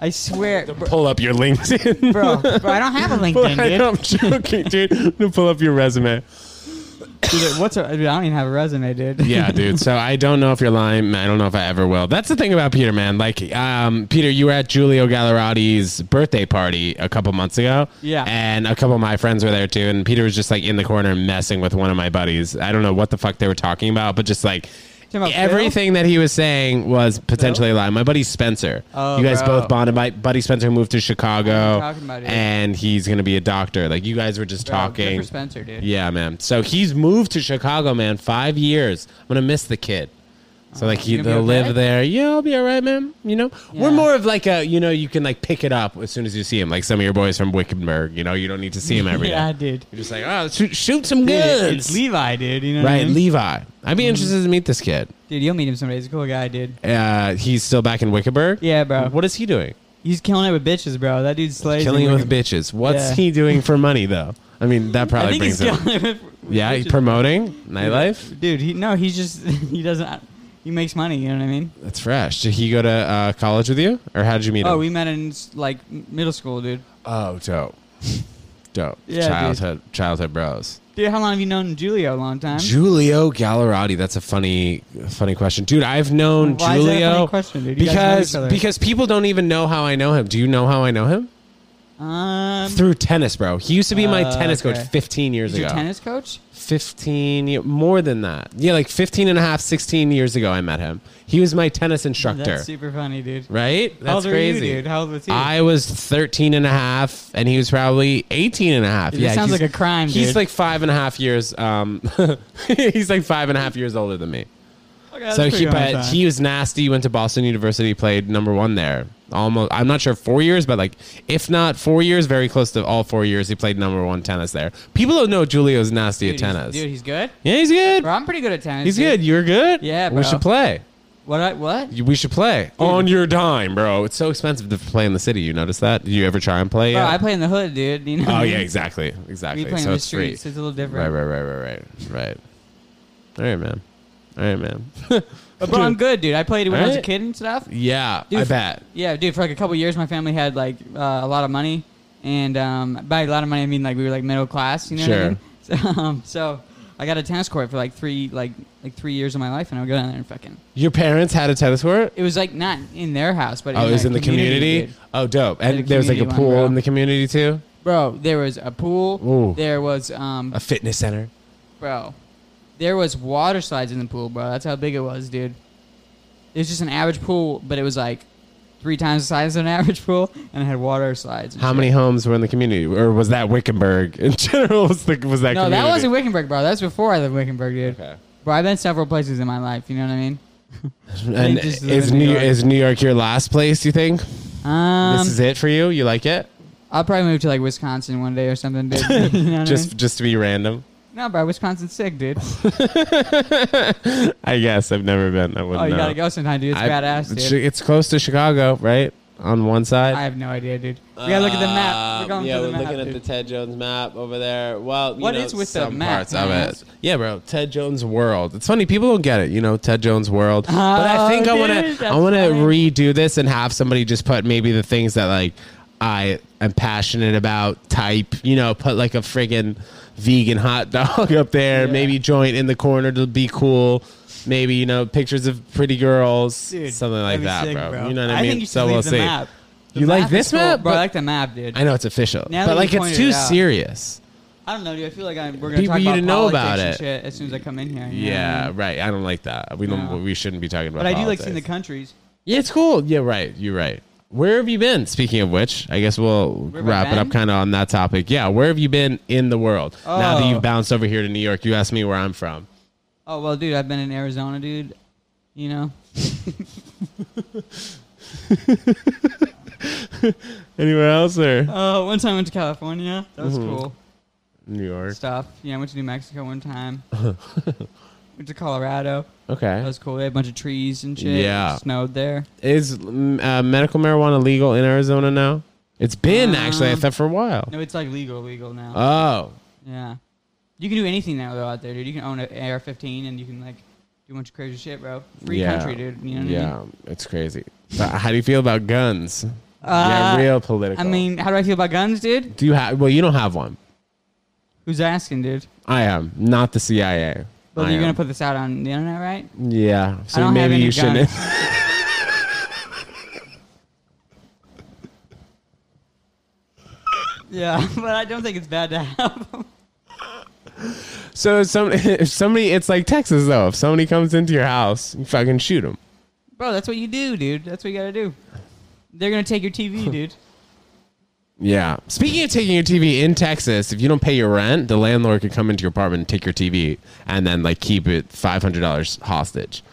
Speaker 3: I swear, bro.
Speaker 2: Pull up your LinkedIn.
Speaker 3: bro I don't have a LinkedIn, dude.
Speaker 2: I'm joking, dude. I'm gonna Pull up your resume.
Speaker 3: Dude, what's a, dude, I don't even have a resume, dude.
Speaker 2: Yeah, dude. So I don't know if you're lying. I don't know if I ever will. That's the thing about Peter, man. Like, um, Peter, you were at Giulio Gallerati's birthday party a couple months ago.
Speaker 3: Yeah.
Speaker 2: And a couple of my friends were there too. And Peter was just like in the corner messing with one of my buddies. I don't know what the fuck they were talking about, but just like
Speaker 3: Talking about
Speaker 2: everything that he was saying was potentially a lie. My buddy Spencer.
Speaker 3: Oh,
Speaker 2: you guys
Speaker 3: bro.
Speaker 2: both bonded. My buddy Spencer moved to Chicago.
Speaker 3: talking about, dude.
Speaker 2: and he's going to be a doctor. Like, you guys were just
Speaker 3: Bro, good
Speaker 2: talking.
Speaker 3: for Spencer, dude.
Speaker 2: Yeah, man. So he's moved to Chicago, man. Five years. I'm gonna miss the kid. So like he,
Speaker 3: You gonna
Speaker 2: they'll
Speaker 3: be okay?
Speaker 2: live there. Yeah, I'll be all right, man. You know, we're
Speaker 3: Yeah.
Speaker 2: more of like a you know you can like pick it up as soon as you see him. Like some of your boys from Wickenburg, you know, you don't need to see him every day.
Speaker 3: yeah, dude.
Speaker 2: You're just like, oh, shoot, shoot some
Speaker 3: Dude, it-
Speaker 2: goods,
Speaker 3: it's Levi, Mm-hmm. dude. You know what I
Speaker 2: right?
Speaker 3: mean?
Speaker 2: Levi. I'd be interested to meet this kid.
Speaker 3: dude, you'll meet him someday. He's a cool guy, dude.
Speaker 2: Uh, he's still back in Wickenburg.
Speaker 3: Yeah, bro.
Speaker 2: What is he doing?
Speaker 3: He's killing it with bitches, bro. That dude slays.
Speaker 2: Killing it
Speaker 3: in
Speaker 2: with
Speaker 3: Wigan.
Speaker 2: bitches. What's
Speaker 3: Yeah.
Speaker 2: he doing for money though? I mean, that
Speaker 3: I
Speaker 2: probably
Speaker 3: think he's
Speaker 2: brings him.
Speaker 3: killing it with. with
Speaker 2: Yeah,
Speaker 3: bitches.
Speaker 2: promoting nightlife.
Speaker 3: Dude, he no, he's just he doesn't. He makes money. You know what I mean?
Speaker 2: That's fresh. Did he go to uh, college with you, or how did you meet
Speaker 3: Oh,
Speaker 2: him?
Speaker 3: we met in like middle school, dude.
Speaker 2: oh, dope, dope.
Speaker 3: Yeah, dude.
Speaker 2: childhood, childhood bros.
Speaker 3: Dude, how long have you known Julio? A long time.
Speaker 2: Julio Gallerati. That's a funny, funny question, dude. I've
Speaker 3: Why
Speaker 2: known
Speaker 3: is that a funny
Speaker 2: Julio
Speaker 3: question, dude? You guys know each
Speaker 2: because
Speaker 3: other.
Speaker 2: because people don't even know how I know him. Do you know how I know him?
Speaker 3: um,
Speaker 2: Through tennis, bro. He used to be my
Speaker 3: Uh,
Speaker 2: tennis
Speaker 3: okay.
Speaker 2: coach 15 years
Speaker 3: he's your
Speaker 2: ago.
Speaker 3: tennis coach.
Speaker 2: 15 ye- more than that. Yeah, like 15 and a half, 16 years ago I met him. He was my tennis instructor.
Speaker 3: That's super funny, dude.
Speaker 2: right? That's
Speaker 3: how old were you,
Speaker 2: crazy.
Speaker 3: dude? How old was he?
Speaker 2: I was 13 and a half, and he was probably 18 and a half.
Speaker 3: Dude, this sounds
Speaker 2: he's-
Speaker 3: like a crime,
Speaker 2: He's
Speaker 3: dude.
Speaker 2: like five and a half years. Um, he's like five and a half years older than me.
Speaker 3: Okay, that's
Speaker 2: so
Speaker 3: pretty
Speaker 2: he,
Speaker 3: long
Speaker 2: but
Speaker 3: time.
Speaker 2: he was nasty. Went to Boston University, played number one there. Almost, I'm not sure four years, but like if not four years, very close to all four years. He played number one tennis there. People don't know Julio's nasty
Speaker 3: dude,
Speaker 2: at
Speaker 3: he's-
Speaker 2: tennis.
Speaker 3: Dude, he's good.
Speaker 2: yeah, he's good.
Speaker 3: Bro, I'm pretty good at tennis.
Speaker 2: He's
Speaker 3: dude.
Speaker 2: good. You're good.
Speaker 3: Yeah,
Speaker 2: We
Speaker 3: bro.
Speaker 2: should play.
Speaker 3: What? I, what?
Speaker 2: We should play on your dime, bro. It's so expensive to play in the city. You notice that? Do you ever try and play?
Speaker 3: Bro,
Speaker 2: yet?
Speaker 3: I play in the hood, dude. You know.
Speaker 2: Oh yeah, exactly,
Speaker 3: Mm-hmm. We
Speaker 2: exactly.
Speaker 3: play in
Speaker 2: So
Speaker 3: the
Speaker 2: it's free.
Speaker 3: streets. It's a little
Speaker 2: Right,
Speaker 3: different.
Speaker 2: right, right, right, right, right. All right, man. All right, man.
Speaker 3: But bro, I'm good, dude. I played when I was a
Speaker 2: Right?
Speaker 3: kid and stuff.
Speaker 2: yeah,
Speaker 3: Dude,
Speaker 2: I
Speaker 3: f-
Speaker 2: bet.
Speaker 3: Yeah, dude. For like a couple years, my family had like uh, a lot of money, and um, by a lot of money, I mean like we were like middle class. You know what I
Speaker 2: Sure.
Speaker 3: mean? So, um, so I got a tennis court for like three like like three years of my life, and I would go down there and fucking.
Speaker 2: Your parents had a tennis court.
Speaker 3: It was like not in their house, but
Speaker 2: Oh,
Speaker 3: in
Speaker 2: it was
Speaker 3: the
Speaker 2: in the community.
Speaker 3: dude.
Speaker 2: Oh, dope. And
Speaker 3: Had a
Speaker 2: there was like a
Speaker 3: community
Speaker 2: pool
Speaker 3: one, bro.
Speaker 2: in the community too.
Speaker 3: Bro, there was a pool.
Speaker 2: Ooh.
Speaker 3: There was um,
Speaker 2: A fitness center.
Speaker 3: bro, there was water slides in the pool, bro. That's how big it was, dude. It was just an average pool, but it was like three times the size of an average pool, and it had water slides. and
Speaker 2: How
Speaker 3: shit.
Speaker 2: many homes were in the community, or was that Wickenburg in general? Was, the, was that
Speaker 3: No,
Speaker 2: community?
Speaker 3: that wasn't Wickenburg, bro. That's before I lived in Wickenburg, dude.
Speaker 2: Okay.
Speaker 3: Bro, I've been several places in my life. You know what I mean?
Speaker 2: And
Speaker 3: just live
Speaker 2: is
Speaker 3: in New
Speaker 2: New
Speaker 3: York.
Speaker 2: is New York your last place? You think
Speaker 3: Um,
Speaker 2: this is it for you? You like it?
Speaker 3: I'll probably move to like Wisconsin one day or something, dude. you know what I
Speaker 2: Just
Speaker 3: mean?
Speaker 2: just to be random.
Speaker 3: no, bro. Wisconsin's sick, dude.
Speaker 2: I guess I've never been. I wouldn't
Speaker 3: Oh, you Oh,
Speaker 2: know.
Speaker 3: gotta go sometime, dude. It's
Speaker 2: I-
Speaker 3: badass,
Speaker 2: Chi-
Speaker 3: dude.
Speaker 2: It's close to Chicago, right? on one
Speaker 3: I
Speaker 2: side?
Speaker 3: have no idea, dude. We gotta look at the map.
Speaker 2: Uh,
Speaker 3: We're
Speaker 1: Um,
Speaker 3: going
Speaker 1: yeah,
Speaker 3: for the
Speaker 1: we're
Speaker 3: map.
Speaker 1: looking at
Speaker 3: dude.
Speaker 1: the Ted Jones map over there. Well, you
Speaker 3: What
Speaker 1: know,
Speaker 3: is with the
Speaker 1: some
Speaker 3: map,
Speaker 1: parts of
Speaker 3: man?
Speaker 1: it.
Speaker 2: yeah, bro. Ted Jones World. It's funny people don't get it, you know. Ted Jones World. but I
Speaker 3: Oh,
Speaker 2: think I want
Speaker 3: dude,
Speaker 2: to.
Speaker 3: that's
Speaker 2: I want to
Speaker 3: funny.
Speaker 2: redo this and have somebody just put maybe the things that like I am passionate about. Type, you know, put like a friggin' vegan hot dog up there.
Speaker 3: Yeah.
Speaker 2: Maybe joint in the corner to be cool. Maybe you know pictures of pretty girls,
Speaker 3: Dude,
Speaker 2: something
Speaker 3: that'd
Speaker 2: like
Speaker 3: be
Speaker 2: that,
Speaker 3: sick,
Speaker 2: bro.
Speaker 3: bro.
Speaker 2: You know what I,
Speaker 3: I
Speaker 2: mean?
Speaker 3: think you should
Speaker 2: so
Speaker 3: leave
Speaker 2: we'll
Speaker 3: the
Speaker 2: see.
Speaker 3: map. The
Speaker 2: You like
Speaker 3: is
Speaker 2: this
Speaker 3: cool,
Speaker 2: map?
Speaker 3: bro? I
Speaker 2: But-
Speaker 3: like the map, dude.
Speaker 2: I know it's official,
Speaker 3: Now
Speaker 2: but
Speaker 3: that
Speaker 2: like
Speaker 3: you
Speaker 2: it's
Speaker 3: pointed
Speaker 2: too
Speaker 3: it out.
Speaker 2: serious.
Speaker 3: I don't know, dude. I feel like I'm, we're gonna
Speaker 2: People
Speaker 3: talk
Speaker 2: you
Speaker 3: about
Speaker 2: didn't know
Speaker 3: politics
Speaker 2: about
Speaker 3: and
Speaker 2: it.
Speaker 3: shit as soon as I come in here. you know what I
Speaker 2: Yeah,
Speaker 3: mean?
Speaker 2: right. I don't like that. We don't.
Speaker 3: No.
Speaker 2: We shouldn't be talking about.
Speaker 3: But I do like
Speaker 2: politics.
Speaker 3: seeing the countries.
Speaker 2: Yeah, it's cool. Yeah, right. You're right. Where have you been? Speaking of which, I guess we'll
Speaker 3: Where have I
Speaker 2: wrap it up
Speaker 3: been?
Speaker 2: kind of on that topic. Yeah, where have you been in the world? Now that
Speaker 3: Oh.
Speaker 2: you've bounced over here to New York, you asked me where I'm from.
Speaker 3: Oh well, dude. I've been in Arizona, dude. You know,
Speaker 2: Anywhere else or
Speaker 3: uh, one time I went to California. That was
Speaker 2: Mhm.
Speaker 3: cool
Speaker 2: New York?
Speaker 3: stuff. Yeah, I went to New Mexico one time. went to Colorado. That
Speaker 2: Okay.
Speaker 3: was cool. They had a bunch of trees and shit.
Speaker 2: Yeah.
Speaker 3: It snowed there.
Speaker 2: Is mm, uh, medical marijuana legal in Arizona now? It's been actually, I
Speaker 3: Um,
Speaker 2: thought for a while.
Speaker 3: No, it's like legal, legal now.
Speaker 2: Oh,
Speaker 3: yeah. You can do anything now though out there, dude. You can own an AR-15 and you can like do a bunch of crazy shit, bro. Free
Speaker 2: yeah.
Speaker 3: country, dude. You know what I mean?
Speaker 2: yeah, it's crazy. But how do you feel about guns?
Speaker 3: Uh,
Speaker 2: yeah, real political.
Speaker 3: I mean, how do I feel about guns, dude?
Speaker 2: do you have? Well, you don't have one.
Speaker 3: Who's asking, dude?
Speaker 2: I am not the CIA.
Speaker 3: Well,
Speaker 2: I
Speaker 3: you're gonna
Speaker 2: am.
Speaker 3: put this out on the internet, right?
Speaker 2: Yeah. So
Speaker 3: don't have
Speaker 2: maybe
Speaker 3: any
Speaker 2: you shouldn't.
Speaker 3: Yeah, but I don't think it's bad to have. them.
Speaker 2: so if, some, if somebody, it's like Texas though. If somebody comes into your house, you fucking shoot them.
Speaker 3: bro, that's what you do, dude. That's what you gotta do. They're gonna take your TV, dude.
Speaker 2: Yeah. Speaking of taking your TV in Texas, if you don't pay your rent, the landlord could come into your apartment and take your TV and then like keep it five hundred dollars hostage.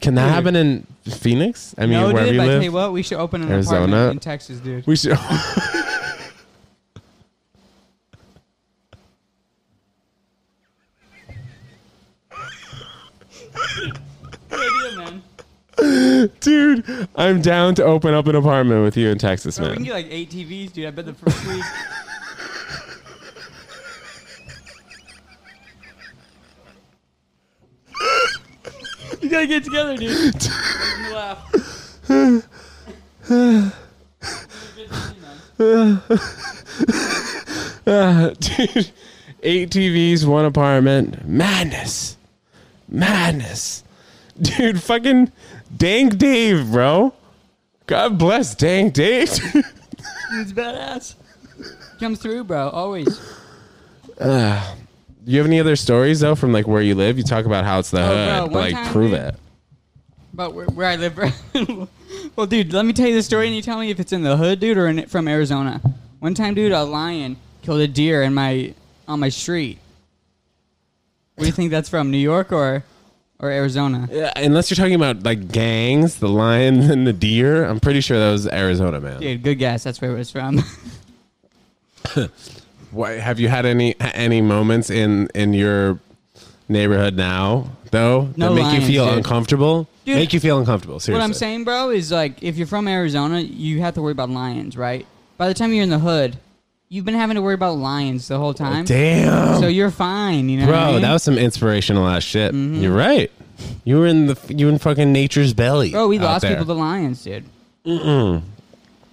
Speaker 2: Can that
Speaker 3: Dude.
Speaker 2: happen in Phoenix? I mean,
Speaker 3: no,
Speaker 2: wherever
Speaker 3: dude.
Speaker 2: you
Speaker 3: But I tell
Speaker 2: live,
Speaker 3: you what, we should open an
Speaker 2: Arizona.
Speaker 3: apartment in Texas, dude.
Speaker 2: we should.
Speaker 3: Good idea, man.
Speaker 2: Dude, I'm down to open up an apartment with you in Texas,
Speaker 3: Bro, we can
Speaker 2: man.
Speaker 3: get like eight TVs, dude. I bet the first week. you gotta get together, dude. And laugh. Good TV, man.
Speaker 2: Dude, eight TVs, one apartment. Madness. Madness. Dude, fucking Dank Dave, bro. God bless Dank Dave.
Speaker 3: Dude's badass. Comes through, bro. Always.
Speaker 2: you have any other stories, though, from like where you live? You talk about how it's the
Speaker 3: bro,
Speaker 2: hood, but
Speaker 3: Uh, one
Speaker 2: like
Speaker 3: time,
Speaker 2: prove
Speaker 3: dude-
Speaker 2: it.
Speaker 3: But where, where I live, bro. well, dude, let me tell you the story, and you tell me if it's in the hood, dude, or in from Arizona. One time, dude, a lion killed a deer in my on my street. What do you think that's from? New York or or Arizona?
Speaker 2: Yeah, unless you're talking about like gangs, the lions and the deer. I'm pretty sure that was Arizona, man.
Speaker 3: Dude, good guess. That's where it was from.
Speaker 2: Why, have you had any any moments in in your neighborhood now though
Speaker 3: No
Speaker 2: that make
Speaker 3: lions,
Speaker 2: you feel
Speaker 3: dude.
Speaker 2: uncomfortable?
Speaker 3: Dude,
Speaker 2: make you feel uncomfortable. Seriously.
Speaker 3: what I'm saying, bro, is like if you're from Arizona, you have to worry about lions, right? By the time you're in the hood, you've been having to worry about lions the whole time.
Speaker 2: Oh, Damn,
Speaker 3: so you're fine, you know. what I
Speaker 2: bro,
Speaker 3: mean? Mm-hmm.
Speaker 2: that was some inspirational ass shit. You're right. You were in the you were in fucking nature's belly.
Speaker 3: bro. We
Speaker 2: out
Speaker 3: lost
Speaker 2: there.
Speaker 3: people to lions, dude. Mm-mm.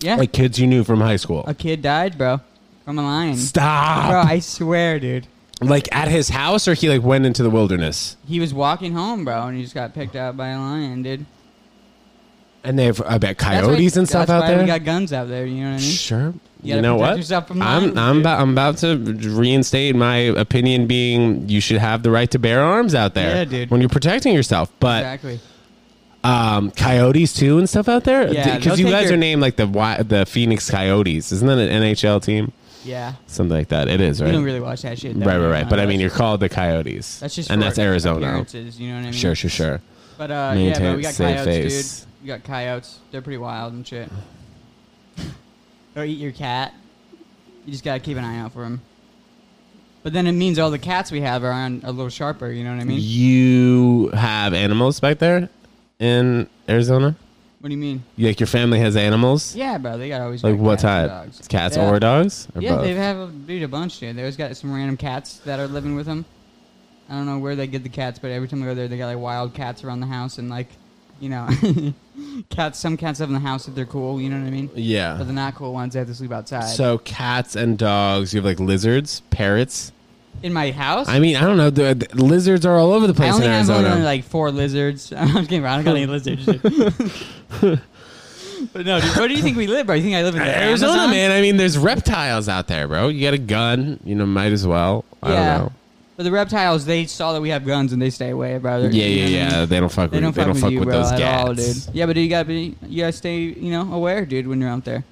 Speaker 3: Yeah.
Speaker 2: like kids you knew from high school.
Speaker 3: A kid died, bro, from a lion. Bro,
Speaker 2: Stop.
Speaker 3: I swear, dude.
Speaker 2: Like at his house, or he like went into the wilderness,
Speaker 3: He was walking home, bro, and he just got picked out by a lion, dude.
Speaker 2: and they have I bet
Speaker 3: That's
Speaker 2: coyotes
Speaker 3: why-
Speaker 2: and stuff
Speaker 3: that's
Speaker 2: out
Speaker 3: why
Speaker 2: there.
Speaker 3: We got guns out there. You know what I mean?
Speaker 2: Sure.
Speaker 3: You
Speaker 2: You,
Speaker 3: gotta
Speaker 2: know
Speaker 3: protect
Speaker 2: what?
Speaker 3: yourself from
Speaker 2: I'm
Speaker 3: lions,
Speaker 2: I'm
Speaker 3: dude.
Speaker 2: about, I'm about to reinstate my opinion being you should have the right to bear arms out there.
Speaker 3: Yeah, dude.
Speaker 2: When you're protecting yourself, but
Speaker 3: Exactly.
Speaker 2: um, coyotes too and stuff out there.
Speaker 3: Yeah, they'll
Speaker 2: because you
Speaker 3: take
Speaker 2: guys
Speaker 3: your-
Speaker 2: are named like the Wi- the Phoenix Coyotes, isn't that an NHL team?
Speaker 3: Yeah.
Speaker 2: Something like that. It is right.
Speaker 3: We don't really watch that shit. Though,
Speaker 2: right, right,
Speaker 3: you
Speaker 2: right.
Speaker 3: know,
Speaker 2: But I
Speaker 3: that's-
Speaker 2: mean, you're called the Coyotes.
Speaker 3: that's just
Speaker 2: and
Speaker 3: for
Speaker 2: that's Arizona.
Speaker 3: appearances, You know what I mean?
Speaker 2: Sure, sure, sure.
Speaker 3: But uh, yeah,
Speaker 2: Maintain-
Speaker 3: bro, we got
Speaker 2: save
Speaker 3: coyotes,
Speaker 2: face.
Speaker 3: dude. We got coyotes. They're pretty wild and shit. or eat your cat. You just gotta keep an eye out for them. But then it means all the cats we have are on a little sharper. You know what I mean?
Speaker 2: You have animals back there in Arizona.
Speaker 3: What do you mean?
Speaker 2: Like your family has animals.
Speaker 3: Yeah, bro. They got always
Speaker 2: Like
Speaker 3: got
Speaker 2: what
Speaker 3: cats and
Speaker 2: type?
Speaker 3: dogs.
Speaker 2: Cats
Speaker 3: Yeah.
Speaker 2: or dogs? Or
Speaker 3: yeah,
Speaker 2: both?
Speaker 3: they have a, dude a bunch, dude. They always got some random cats that are living with them. I don't know where they get the cats, but every time I go there, they got like wild cats around the house and like, you know, cats. Some cats live in the house if they're cool. You know what I mean? But
Speaker 2: yeah.
Speaker 3: the not cool ones, they have to sleep outside.
Speaker 2: So cats and dogs. You have like lizards, parrots.
Speaker 3: in my house,
Speaker 2: I mean, I don't know. The, the lizards are all over the
Speaker 3: I
Speaker 2: place
Speaker 3: only
Speaker 2: in
Speaker 3: have
Speaker 2: Arizona.
Speaker 3: only like four lizards. I'm just kidding. bro. I don't got any lizards. dude. but no, dude, where do you think we live, bro? You think I live in the
Speaker 2: Arizona,
Speaker 3: Amazon?
Speaker 2: man. I mean, there's reptiles out there, bro. You got a gun. You know, might as well. I
Speaker 3: yeah.
Speaker 2: don't know.
Speaker 3: But the reptiles, they saw that we have guns and they stay away, brother. You know
Speaker 2: Yeah, yeah,
Speaker 3: what I mean?
Speaker 2: yeah. They don't fuck.
Speaker 3: They don't
Speaker 2: with, they
Speaker 3: fuck
Speaker 2: don't
Speaker 3: with
Speaker 2: fuck
Speaker 3: you,
Speaker 2: with
Speaker 3: bro,
Speaker 2: those
Speaker 3: at
Speaker 2: cats.
Speaker 3: all, dude. Yeah, but you gotta be, you gotta stay, you know, aware, dude, when you're out there.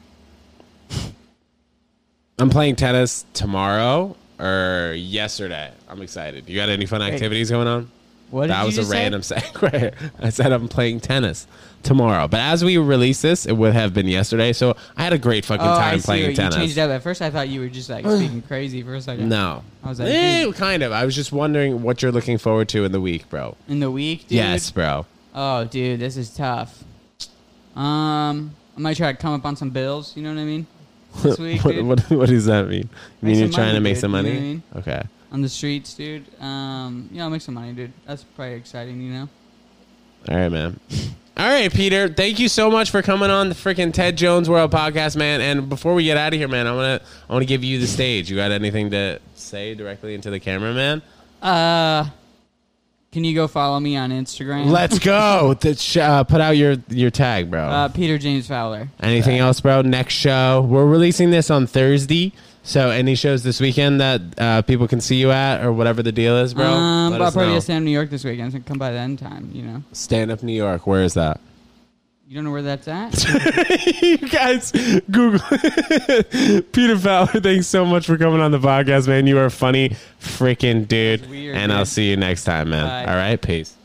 Speaker 2: I'm playing tennis tomorrow or yesterday. I'm excited. You got any fun activities going on?
Speaker 3: What did
Speaker 2: that
Speaker 3: you
Speaker 2: was a
Speaker 3: just say?
Speaker 2: random segue. I said I'm playing tennis tomorrow, but as we release this, it would have been yesterday. So I had a great fucking
Speaker 3: Oh, I
Speaker 2: time
Speaker 3: see.
Speaker 2: playing
Speaker 3: you
Speaker 2: tennis.
Speaker 3: changed up. At first, I thought you were just like speaking crazy for a second.
Speaker 2: No,
Speaker 3: I was like,
Speaker 2: Eh,
Speaker 3: dude.
Speaker 2: kind of. I was just wondering what you're looking forward to in the week, bro.
Speaker 3: In the week, dude.
Speaker 2: Yes, bro.
Speaker 3: Oh, dude, this is tough. Um, I might try to come up on some bills. You know what I mean? This week,
Speaker 2: what,
Speaker 3: dude,
Speaker 2: what, what does that mean? You
Speaker 3: Make
Speaker 2: mean you're
Speaker 3: some
Speaker 2: trying
Speaker 3: money,
Speaker 2: to make
Speaker 3: dude.
Speaker 2: some
Speaker 3: You know
Speaker 2: money?
Speaker 3: what I mean?
Speaker 2: Okay.
Speaker 3: on the streets, dude. Um, you know, I'll make some money, dude. That's probably exciting, you know.
Speaker 2: All right, man. All right, Peter. Thank you so much for coming on the freaking Ted Jones World podcast, man. And before we get out of here, man, I want to I want to give you the stage. You got anything to say directly into the camera, man?
Speaker 3: Uh, can you go follow me on Instagram?
Speaker 2: Let's go. The sh- uh, put out your your tag, bro.
Speaker 3: Uh, Peter James Fowler.
Speaker 2: anything else, bro? Next show. We're releasing this on Thursday. So any shows this weekend that uh, people can see you at or whatever the deal is, bro?
Speaker 3: um,
Speaker 2: let
Speaker 3: but I'll
Speaker 2: us
Speaker 3: probably
Speaker 2: know.
Speaker 3: just in New York this weekend. So come by then time, you know.
Speaker 2: Stand up New York. Where is that?
Speaker 3: You don't know where that's at?
Speaker 2: you guys google it. peter fowler thanks so much for coming on the podcast man you are a funny freaking dude
Speaker 3: Weird,
Speaker 2: and i'll
Speaker 3: dude.
Speaker 2: see you next time man
Speaker 3: Bye.
Speaker 2: all right peace